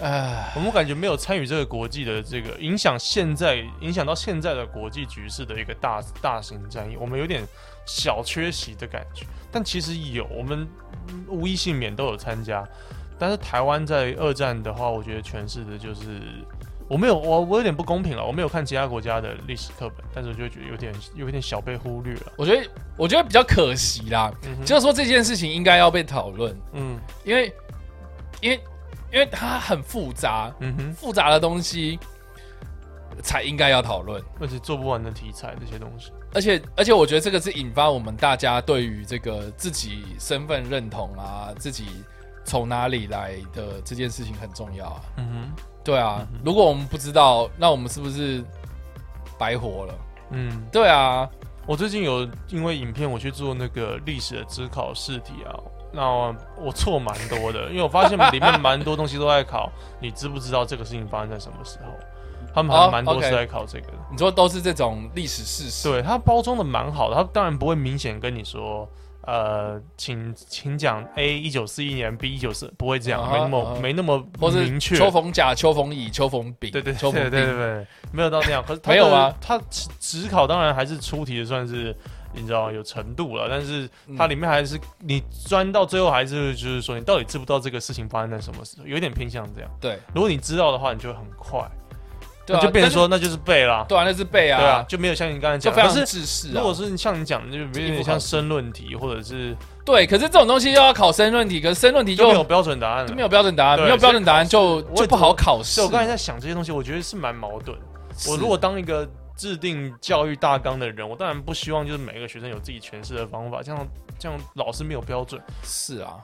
Speaker 4: 呃唉，
Speaker 5: 我们感觉没有参与这个国际的这个影响，现在影响到现在的国际局势的一个大大型战役，我们有点小缺席的感觉。但其实有，我们嗯无一幸免都有参加。但是台湾在二战的话，我觉得诠释的就是我没有我我有点不公平了，我没有看其他国家的历史课本，但是我就觉得有点有点小被忽略了。
Speaker 4: 我觉得我觉得比较可惜啦，
Speaker 5: 嗯哼
Speaker 4: 就是说这件事情应该要被讨论，
Speaker 5: 嗯
Speaker 4: 因为因为因为它很复杂，
Speaker 5: 嗯哼，
Speaker 4: 复杂的东西才应该要讨论。
Speaker 5: 而且做不完的题材这些东西。
Speaker 4: 而且而且，我觉得这个是引发我们大家对于这个自己身份认同啊，自己从哪里来的这件事情很重要啊。
Speaker 5: 嗯
Speaker 4: 对啊，如果我们不知道，那我们是不是白活了？
Speaker 5: 哼，嗯。
Speaker 4: 对啊，
Speaker 5: 我最近有因为影片我去做那个历史的职考试题啊，那我错蛮多的，因为我发现里面蛮多东西都在考你知不知道这个事情发生在什么时候，他们还
Speaker 4: 哦
Speaker 5: 蛮多是
Speaker 4: OK
Speaker 5: 在考这个的。
Speaker 4: 你说都是这种历史事实，
Speaker 5: 对，它包装的蛮好的，它当然不会明显跟你说。呃，请请讲 A 一九四一年，B 一九四，不会这样
Speaker 4: 啊哈
Speaker 5: 没那么、
Speaker 4: 啊哈
Speaker 5: 没那么
Speaker 4: 或是
Speaker 5: 明确。
Speaker 4: 秋逢甲、秋逢乙、秋逢丙，
Speaker 5: 对对
Speaker 4: 秋
Speaker 5: 对
Speaker 4: 逢
Speaker 5: 对
Speaker 4: 丁，
Speaker 5: 对对，没有到那样。 可是它
Speaker 4: 没有啊
Speaker 5: 的
Speaker 4: 吗？
Speaker 5: 它只只考当然还是出题的，算是你知道有程度了，但是
Speaker 4: 嗯
Speaker 5: 它里面还是你钻到最后还是就是说你到底知不知道这个事情发生在什么时候，有点偏向这样。
Speaker 4: 对
Speaker 5: 如果你知道的话，你就会很快，
Speaker 4: 对啊，
Speaker 5: 那就变成
Speaker 4: 但是
Speaker 5: 说那就是背啦，
Speaker 4: 对啊，那是背啊，
Speaker 5: 对啊，就没有像你刚才
Speaker 4: 就
Speaker 5: 讲，
Speaker 4: 非
Speaker 5: 可
Speaker 4: 常
Speaker 5: 是
Speaker 4: 自私啊。
Speaker 5: 如果是像你讲的，就有
Speaker 4: 一
Speaker 5: 点
Speaker 4: 副
Speaker 5: 像
Speaker 4: 考试
Speaker 5: 申论题或者是
Speaker 4: 对，可是这种东西又要考申论题，可是申论题
Speaker 5: 就
Speaker 4: 就
Speaker 5: 没有标准答案了，
Speaker 4: 就没有标准答案，
Speaker 5: 对
Speaker 4: 没有标准答案就
Speaker 5: 所
Speaker 4: 就
Speaker 5: 以考试
Speaker 4: 不好考试。
Speaker 5: 所以我刚才在想这些东西，我觉得是蛮矛盾的。我
Speaker 4: 是
Speaker 5: 如果当一个制定教育大纲的人，我当然不希望就是每个学生有自己诠释的方法，这样这样老师没有标准。
Speaker 4: 是啊，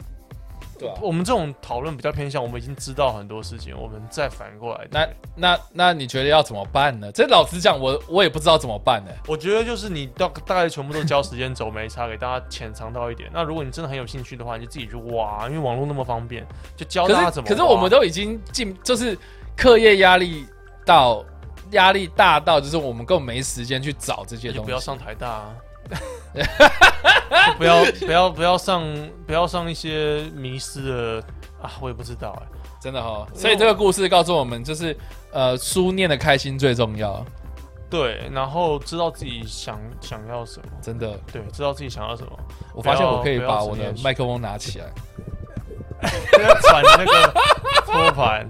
Speaker 4: 对啊，
Speaker 5: 我们这种讨论比较偏向，我们已经知道很多事情，我们再反过来。
Speaker 4: 那那那你觉得要怎么办呢？这老实讲，我我也不知道怎么办呢、
Speaker 5: 我觉得就是你大大概全部都交时间轴没差，给大家浅尝到一点。那如果你真的很有兴趣的话，你就自己去挖，因为网络那么方便，就教大
Speaker 4: 可
Speaker 5: 家
Speaker 4: 是
Speaker 5: 怎么
Speaker 4: 可是我们
Speaker 5: 都
Speaker 4: 都已经进，就是课业压力到压力大到，就是我们根本没时间去找这些
Speaker 5: 就
Speaker 4: 东
Speaker 5: 不要
Speaker 4: 西。
Speaker 5: 上 台大、啊。就不要不要不要上不要上一些迷失的啊，我也不知道哎、
Speaker 4: 真的哈、所以这个故事告诉我们，就是呃，书念的开心最重要，
Speaker 5: 对，然后知道自己想想要什么，
Speaker 4: 真的。
Speaker 5: 对，知道自己想要什么，
Speaker 4: 我发现我可以
Speaker 5: 不要
Speaker 4: 把
Speaker 5: 不要
Speaker 4: 我
Speaker 5: 只
Speaker 4: 的
Speaker 5: 念书
Speaker 4: 麦克风拿起来。
Speaker 5: 不要转那个托盘。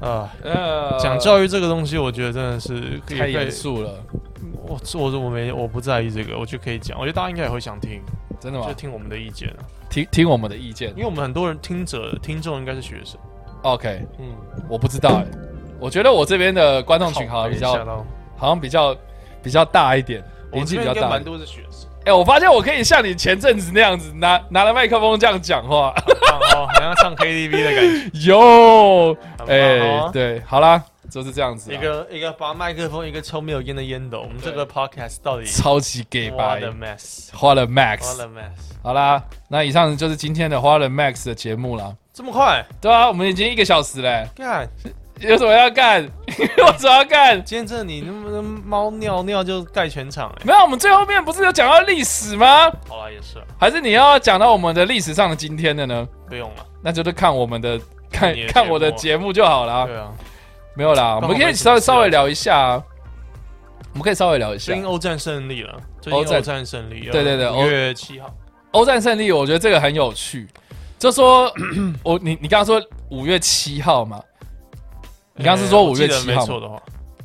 Speaker 5: 啊、
Speaker 4: 呃
Speaker 5: 讲教育这个东西，我觉得真的是可以
Speaker 4: 太
Speaker 5: 可以
Speaker 4: 严肃了，
Speaker 5: 我我我没我不在意这个，我就可以讲。我觉得大家应该也会想听，
Speaker 4: 真的吗
Speaker 5: 就？听我们的意见啊，
Speaker 4: 听听我们的意见
Speaker 5: 因为我们很多人听者听众应该是学生，
Speaker 4: ，OK。
Speaker 5: 嗯，
Speaker 4: 我不知道哎、我觉得我这边的观众群好像比
Speaker 5: 吓
Speaker 4: 较
Speaker 5: 到
Speaker 4: 好像比较比较大一点，
Speaker 5: 我
Speaker 4: 年纪
Speaker 5: 这
Speaker 4: 比较
Speaker 5: 边应该
Speaker 4: 大一点。
Speaker 5: 蛮多是学 生，
Speaker 4: 哎、我发现我可以像你前阵子那样子拿 拿了麦克风这样讲话，
Speaker 5: 然后好像唱 KTV 的感
Speaker 4: 啊
Speaker 5: 觉。
Speaker 4: 哟，
Speaker 5: 很棒
Speaker 4: 哎、
Speaker 5: 哦
Speaker 4: 对，好啦，就是这样子啊啦
Speaker 5: 一，个一个拔麦克风，一个抽没有烟的烟斗。我们这个 podcast 到底
Speaker 4: 超级 gay
Speaker 5: 花
Speaker 4: 白，
Speaker 5: 的 mess，
Speaker 4: 花了 Max，
Speaker 5: 花的 mess，
Speaker 4: 好啦，那以上就是今天的花了 Max 的节目啦。
Speaker 5: 这么快？
Speaker 4: 对啊，我们已经一个小时嘞、
Speaker 5: 看，
Speaker 4: 有什么要干？ 有什么要干？
Speaker 5: 今天这你能不能猫尿尿就盖全场哎、
Speaker 4: 没有，我们最后面不是有讲到历史吗？
Speaker 5: 好啦，也是啊，
Speaker 4: 还是你要讲到我们的历史上的今天的呢？
Speaker 5: 不用了。
Speaker 4: 那就是看我们的看
Speaker 5: 你的节目啊
Speaker 4: 看我的节目就好了啊。
Speaker 5: 对啊，
Speaker 4: 没有啦，我们
Speaker 5: 不然我
Speaker 4: 可以
Speaker 5: 们什么
Speaker 4: 稍
Speaker 5: 事啊
Speaker 4: 稍微聊一下啊，我们可以稍微聊一下
Speaker 5: 最近欧战胜利了，最近
Speaker 4: 欧战
Speaker 5: 欧战胜利了，
Speaker 4: 对对对
Speaker 5: 五月七号。
Speaker 4: 欧战胜利。我觉得这个很有趣，就说 我你你刚刚说五月七号嘛，你刚刚是说
Speaker 5: 呃我
Speaker 4: 五月
Speaker 5: 记得
Speaker 4: 七
Speaker 5: 没
Speaker 4: 号
Speaker 5: 错
Speaker 4: 吗？
Speaker 5: 的话，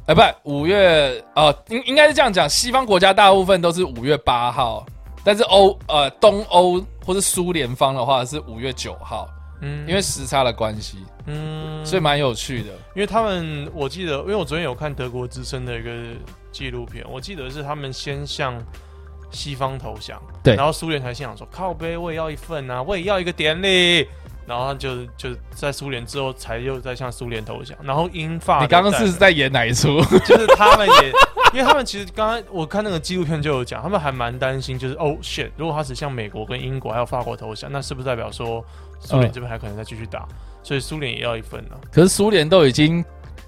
Speaker 4: 哎、不，五月呃，应应该是这样讲，西方国家大部分都是五月八号，但是欧呃东欧或是苏联方的话是五月九号，
Speaker 5: 嗯
Speaker 4: 因为时差的关系，
Speaker 5: 嗯，
Speaker 4: 所以蛮有趣的。
Speaker 5: 因为他们我记得，因为我昨天有看德国之声的一个纪录片，我记得是他们先向西方投降，
Speaker 4: 对
Speaker 5: 然后苏联才心想说靠背，我也要一份啊，我也要一个典礼，然后他就就在苏联之后才又在向苏联投降，然后英法的
Speaker 4: 你刚刚是
Speaker 5: 战
Speaker 4: 在演哪一出？
Speaker 5: 就是他们也， 因为他们其实刚刚我看那个纪录片就有讲，他们还蛮担心，就是哦 shit，如果他只向美国跟英国还有法国投降，那是不是代表说苏
Speaker 4: 嗯
Speaker 5: 联这边还可能再继续打？所以苏联也要一份呢、啊
Speaker 4: 可是苏联都已经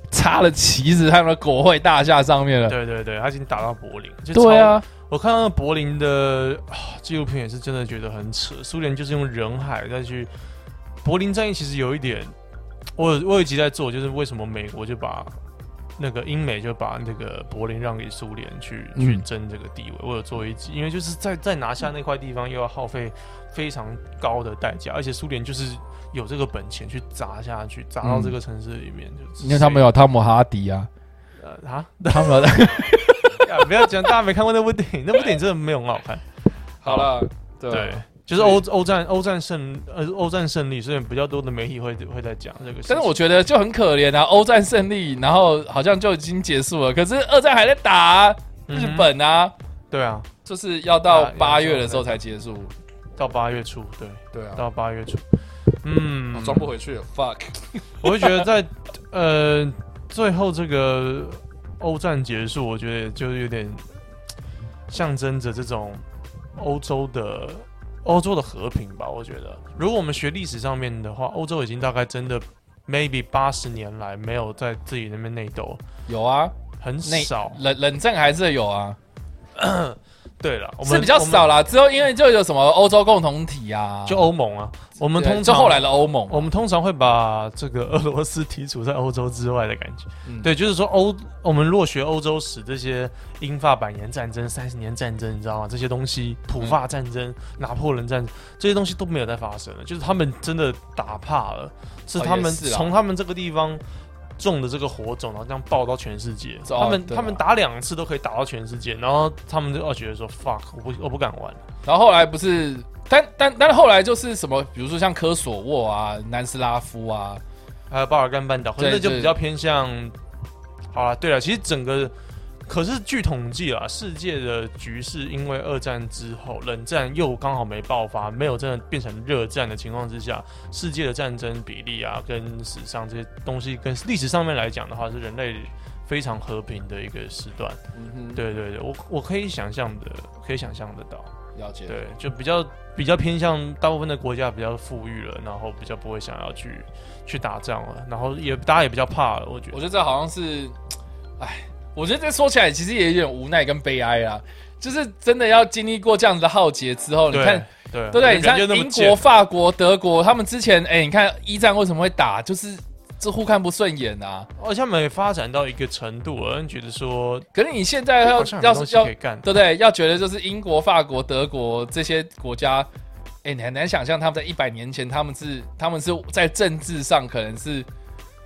Speaker 4: 插了旗子，他们的国会大厦上面了。
Speaker 5: 对对对，他已经打到柏林，就
Speaker 4: 对
Speaker 5: 超
Speaker 4: 啊，
Speaker 5: 我看到柏林的啊纪录片也是真的觉得很扯，苏联就是用人海再去柏林战役，其实有一点，我有我有一集在做，就是为什么美国就把那个英美就把那个柏林让给苏联去去
Speaker 4: 嗯
Speaker 5: 争这个地位，我有做一集，因为就是再再拿下那块地方又要耗费非常高的代价，而且苏联就是有这个本钱去砸下去，砸到
Speaker 4: 嗯
Speaker 5: 这个城市里面，就
Speaker 4: 因为他们有汤姆哈迪 啊，
Speaker 5: 呃啊，
Speaker 4: 他们有。
Speaker 5: 啊不要讲大家没看过那部电影，那部电影真的没有很好看。
Speaker 4: 好了，对啊
Speaker 5: 对，就是欧欧战欧战胜呃欧战胜利，所以比较多的媒体会会在讲这个事情。
Speaker 4: 但是我觉得就很可怜啊，欧战胜利，然后好像就已经结束了，可是二战还在打啊、
Speaker 5: 嗯
Speaker 4: 日
Speaker 5: 哼
Speaker 4: 本啊，
Speaker 5: 对啊，
Speaker 4: 就是要到
Speaker 5: 啊
Speaker 4: 八月的时候才结束。
Speaker 5: 到八月初，对，
Speaker 4: 对啊，哦
Speaker 5: 到八月初，嗯，
Speaker 4: 装不回去了，fuck。
Speaker 5: 我会觉得在呃最后这个欧战结束，我觉得也就是有点象征着这种欧洲的欧洲的和平吧。我觉得，如果我们学历史上面的话，欧洲已经大概真的 maybe 八十年来没有在自己那边内斗，
Speaker 4: 有啊，
Speaker 5: 很
Speaker 4: 内
Speaker 5: 少。
Speaker 4: 冷冷战还是有啊，
Speaker 5: 对了，我们
Speaker 4: 是比较
Speaker 5: 我们
Speaker 4: 少啦。之后因为就有什么欧洲共同体啊，
Speaker 5: 就欧盟啊，我们
Speaker 4: 对
Speaker 5: 通
Speaker 4: 就
Speaker 5: 常哦
Speaker 4: 后来的欧盟，
Speaker 5: 我们通常会把这个俄罗斯剔除在欧洲之外的感觉。
Speaker 4: 嗯
Speaker 5: 对，就是说欧，我们若学欧洲史，这些英法百年战争、三十年战争，你知道吗？这些东西，普法战争、拿破仑战争，这些东西都没有再发生了，就是他们真的打怕了，是
Speaker 4: 哦也
Speaker 5: 他们
Speaker 4: 是啦
Speaker 5: 从他们这个地方。种的这个火种，然后这样爆到全世界。
Speaker 4: 哦
Speaker 5: 他们
Speaker 4: 对啊
Speaker 5: 他们打两次都可以打到全世界，然后他们就哦觉得说 fuck，我不我不敢玩。
Speaker 4: 然后后来不是，但但但后来就是什么，比如说像科索沃啊、南斯拉夫啊，
Speaker 5: 还呃有巴尔干半岛，可
Speaker 4: 对
Speaker 5: 能那就
Speaker 4: 对
Speaker 5: 比较偏向。啊，对了，其实整个，可是据统计啊，世界的局势因为二战之后，冷战又刚好没爆发，没有真的变成热战的情况之下，世界的战争比例啊，跟史上这些东西，跟历史上面来讲的话，是人类非常和平的一个时段。
Speaker 4: 嗯哼，
Speaker 5: 对对对，我我可以想象的，可以想象得到。
Speaker 4: 了解。
Speaker 5: 对，就比较比较偏向大部分的国家比较富裕了，然后比较不会想要去去打仗了，然后也大家也比较怕了，我觉
Speaker 4: 我觉
Speaker 5: 得。
Speaker 4: 得这好像是，哎，我觉得这说起来其实也有点无奈跟悲哀啦。就是真的要经历过这样子的浩劫之后，你
Speaker 5: 对
Speaker 4: 看，
Speaker 5: 对
Speaker 4: 对不对？
Speaker 5: 人
Speaker 4: 你像
Speaker 5: 就那么
Speaker 4: 英国、
Speaker 5: 贱
Speaker 4: 法国、德国，他们之前，哎，你看一战为什么会打，就是这互看不顺眼啊。
Speaker 5: 而且他们也发展到一个程度了，人觉得说
Speaker 4: 可是你现在要
Speaker 5: 好像有
Speaker 4: 啊要
Speaker 5: 东西
Speaker 4: 要
Speaker 5: 可以干，
Speaker 4: 对不对？要觉得就是英国、法国、德国这些国家，哎、你很难想象他们在一百年前，他们是他们是在政治上可能是，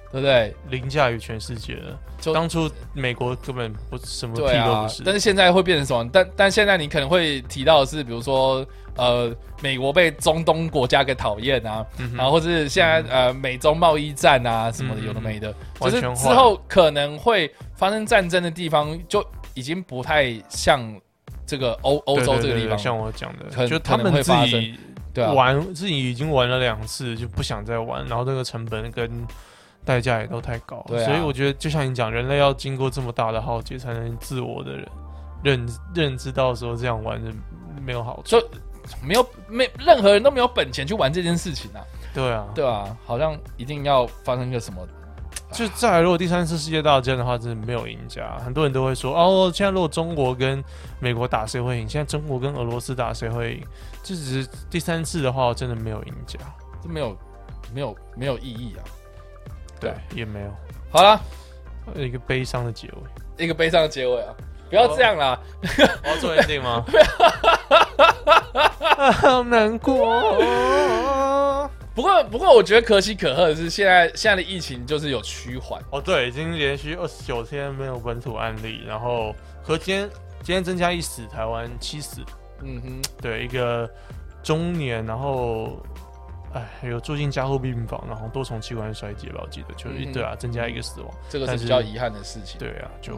Speaker 4: 对不对？
Speaker 5: 凌驾于全世界了。
Speaker 4: 就
Speaker 5: 当初美国根本不什么屁
Speaker 4: 对
Speaker 5: 都
Speaker 4: 啊
Speaker 5: 不是，，
Speaker 4: 但是现在会变成什么？但但现在你可能会提到的是，比如说呃，美国被中东国家给讨厌啊，
Speaker 5: 嗯哼
Speaker 4: 然后或是现在、呃美中贸易战啊什么的，
Speaker 5: 嗯
Speaker 4: 有的没的，就
Speaker 5: 完
Speaker 4: 是
Speaker 5: 全
Speaker 4: 之
Speaker 5: 坏
Speaker 4: 后可能会发生战争的地方，就已经不太像这个欧欧
Speaker 5: 对
Speaker 4: 洲
Speaker 5: 对
Speaker 4: 这个
Speaker 5: 对
Speaker 4: 地
Speaker 5: 对
Speaker 4: 方，
Speaker 5: 像我讲
Speaker 4: 可
Speaker 5: 的，
Speaker 4: 能
Speaker 5: 就他
Speaker 4: 可能
Speaker 5: 们
Speaker 4: 会
Speaker 5: 自
Speaker 4: 发
Speaker 5: 己
Speaker 4: 对啊，
Speaker 5: 玩自己已经玩了两次，就不想再玩，然后这个成本跟代价也都太高，
Speaker 4: 对啊
Speaker 5: 所以我觉得就像你讲，人类要经过这么大的浩劫，才能自我的人认认知到说这样玩是没有好处
Speaker 4: 就。没有没任何人都没有本钱去玩这件事情啊，
Speaker 5: 对啊，
Speaker 4: 对啊，好像一定要发生个什么，
Speaker 5: 就再来，如果第三次世界大战的话，真的没有赢家。很多人都会说，哦，现在如果中国跟美国打谁会赢？现在中国跟俄罗斯打谁会赢？这只是第三次的话，真的没有赢家。
Speaker 4: 这没有没有没有意义啊。
Speaker 5: 对
Speaker 4: 对，
Speaker 5: 也没有
Speaker 4: 好啦，
Speaker 5: 呃一个悲伤的结尾。
Speaker 4: 一个悲伤的结尾啊，不要这样啦，
Speaker 5: 我要做 ending 吗？ 好难过。
Speaker 4: 不过，不过，我觉得可喜可贺的是，现在现在的疫情就是有趋缓，
Speaker 5: 哦，对，已经连续二十九天没有本土案例，然后和今天今天增加一死，台湾七死，
Speaker 4: 嗯哼，
Speaker 5: 对，一个中年，然后哎有住进加护病房，然后多重器官衰竭吧，我记得就是、
Speaker 4: 嗯
Speaker 5: 对啊，增加一个死亡，
Speaker 4: 这个
Speaker 5: 但
Speaker 4: 是
Speaker 5: 是
Speaker 4: 比较遗憾的事情。
Speaker 5: 对啊，就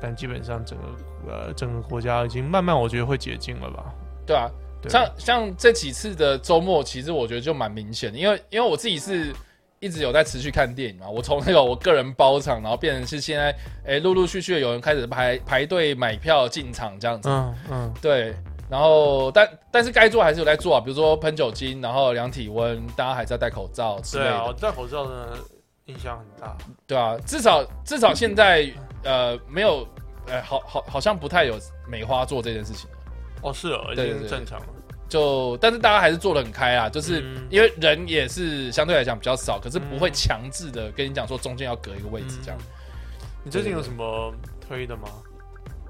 Speaker 5: 但基本上整个呃整个国家已经慢慢我觉得会解禁了吧，
Speaker 4: 对啊，
Speaker 5: 对
Speaker 4: 像像这几次的周末，其实我觉得就蛮明显的，因为因为我自己是一直有在持续看电影嘛，我从那个我个人包场，然后变成是现在，哎、陆陆续续的有人开始排排队买票进场这样子，
Speaker 5: 嗯嗯，
Speaker 4: 对。然后，但但是该做还是有在做啊，比如说喷酒精，然后量体温，大家还是要戴口罩之类
Speaker 5: 对
Speaker 4: 的。
Speaker 5: 啊，我戴口罩真的影响很大。
Speaker 4: 对啊，至少至少现在呃没有，呃好好好像不太有梅花做这件事情，
Speaker 5: 哦，是哦，已
Speaker 4: 对
Speaker 5: 经
Speaker 4: 对
Speaker 5: 正常了。
Speaker 4: 就但是大家还是做的很开啊，就是
Speaker 5: 嗯
Speaker 4: 因为人也是相对来讲比较少，可是不会
Speaker 5: 嗯
Speaker 4: 强制的跟你讲说中间要隔一个位置这样。
Speaker 5: 嗯你最近有什么推的吗？嗯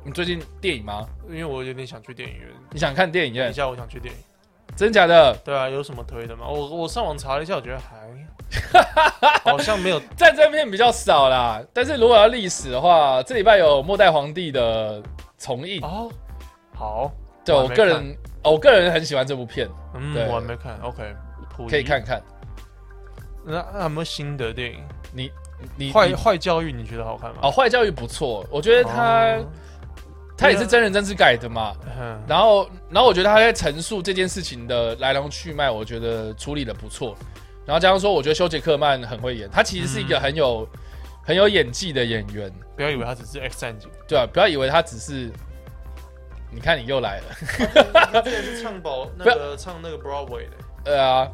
Speaker 4: 你最近电影吗？
Speaker 5: 因为我有点想去电影院，
Speaker 4: 你想看电影
Speaker 5: 等一
Speaker 4: 院？
Speaker 5: 下我想去电影。
Speaker 4: 真假的？
Speaker 5: 对啊，有什么推的吗？我我上网查了一下，我觉得还 好像没有。
Speaker 4: 战争片比较少啦，但是如果要历史的话，这礼拜有《末代皇帝》的重映，
Speaker 5: 哦，好，
Speaker 4: 对
Speaker 5: 我还
Speaker 4: 我
Speaker 5: 没
Speaker 4: 个人、哦我个人很喜欢这部片，
Speaker 5: 嗯，
Speaker 4: 对
Speaker 5: 我还没看。OK，溥仪
Speaker 4: 可以。看看。
Speaker 5: 那那有没有新的电影？
Speaker 4: 你你
Speaker 5: 坏
Speaker 4: 你
Speaker 5: 坏教育你觉得好看吗？
Speaker 4: 哦，坏教育不错，我觉得他、
Speaker 5: 哦，
Speaker 4: 他也是真人真事改的嘛。
Speaker 5: 嗯
Speaker 4: 然后，然后我觉得他在陈述这件事情的来龙去脉，我觉得处理的不错。然后加上说，我觉得修杰克曼很会演，他其实是一个
Speaker 5: 嗯
Speaker 4: 很有、很有演技的演员，
Speaker 5: 不要以为它只是 X 战 警，
Speaker 4: 对吧、不要以为他只是，你看你又来了，
Speaker 5: 他之前是唱宝那个唱那个 Broadway 的，
Speaker 4: 对啊，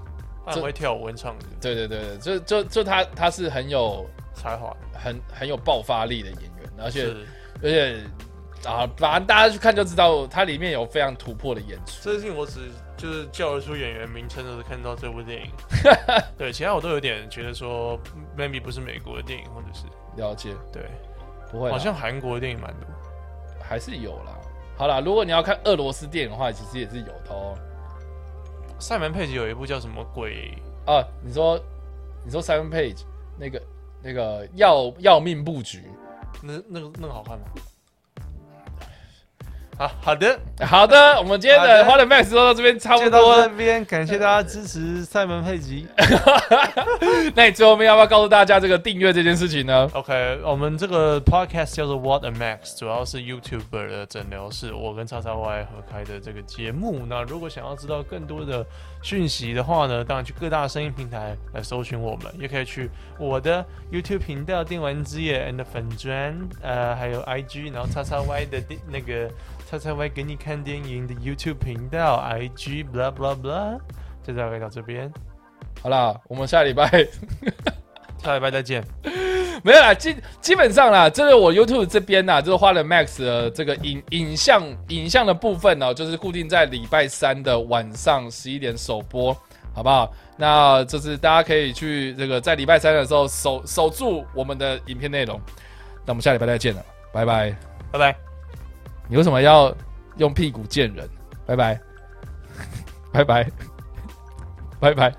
Speaker 5: 他很会跳舞，会唱的
Speaker 4: 对对对对，就就就他他是很有
Speaker 5: 才华，
Speaker 4: 很很有爆发力的演员，而且
Speaker 5: 是
Speaker 4: 而且啊，反正大家去看就知道，它里面有非常突破的演出。
Speaker 5: 这件事情我只就是叫得出演员名称，都是看到这部 电影。对，其他我都有点觉得说嗯，maybe 不是美国的电影，或者是
Speaker 4: 了解，
Speaker 5: 对，
Speaker 4: 不会啦，
Speaker 5: 好像韩国的电影蛮多。
Speaker 4: 还是有啦。好啦，如果你要看俄罗斯电影的话，其实也是有的哦。
Speaker 5: 塞门佩吉有一部叫什么鬼？
Speaker 4: 啊，你说，你说 Seven Page 那个那个要要命布局。
Speaker 5: 那那个那个好看吗？好好的，
Speaker 4: 好 的，我们今天
Speaker 5: 好的
Speaker 4: 的花的 Max 就到这边差不
Speaker 5: 就到
Speaker 4: 多
Speaker 5: 这
Speaker 4: 了。
Speaker 5: 边，感谢大家支持塞门佩吉。
Speaker 4: 那你最后面要不要告诉大家这个订阅这件事情呢？
Speaker 5: OK，我们这个 podcast 叫做 What a Max，主要是 YouTuber 的诊疗室，我跟叉叉 Y 合开的这个节目。那如果想要知道更多的讯息的话呢，当然去各大声音平台来搜寻我们，也可以去我的 YouTube 频道“电玩之夜 ”and 粉砖，呃，还有 IG，然后叉叉 Y 的电那个叉叉 Y 给你看电影的 YouTube 频道、IG blah blah blah，就大概到这边，
Speaker 4: 好啦，我们下礼拜
Speaker 5: 下礼拜再见。
Speaker 4: 没有啦，基基本上啦，这个我 YouTube 这边呐、就是花了 Max 的这个影影像影像的部分呢、哦就是固定在礼拜三的晚上十一点首播，好不好？那就是大家可以去这个在礼拜三的时候守守住我们的影片内容。那我们下礼拜再见了，拜拜。
Speaker 5: 拜拜。
Speaker 4: 你为什么要 用屁股见人？拜拜，拜拜，拜拜。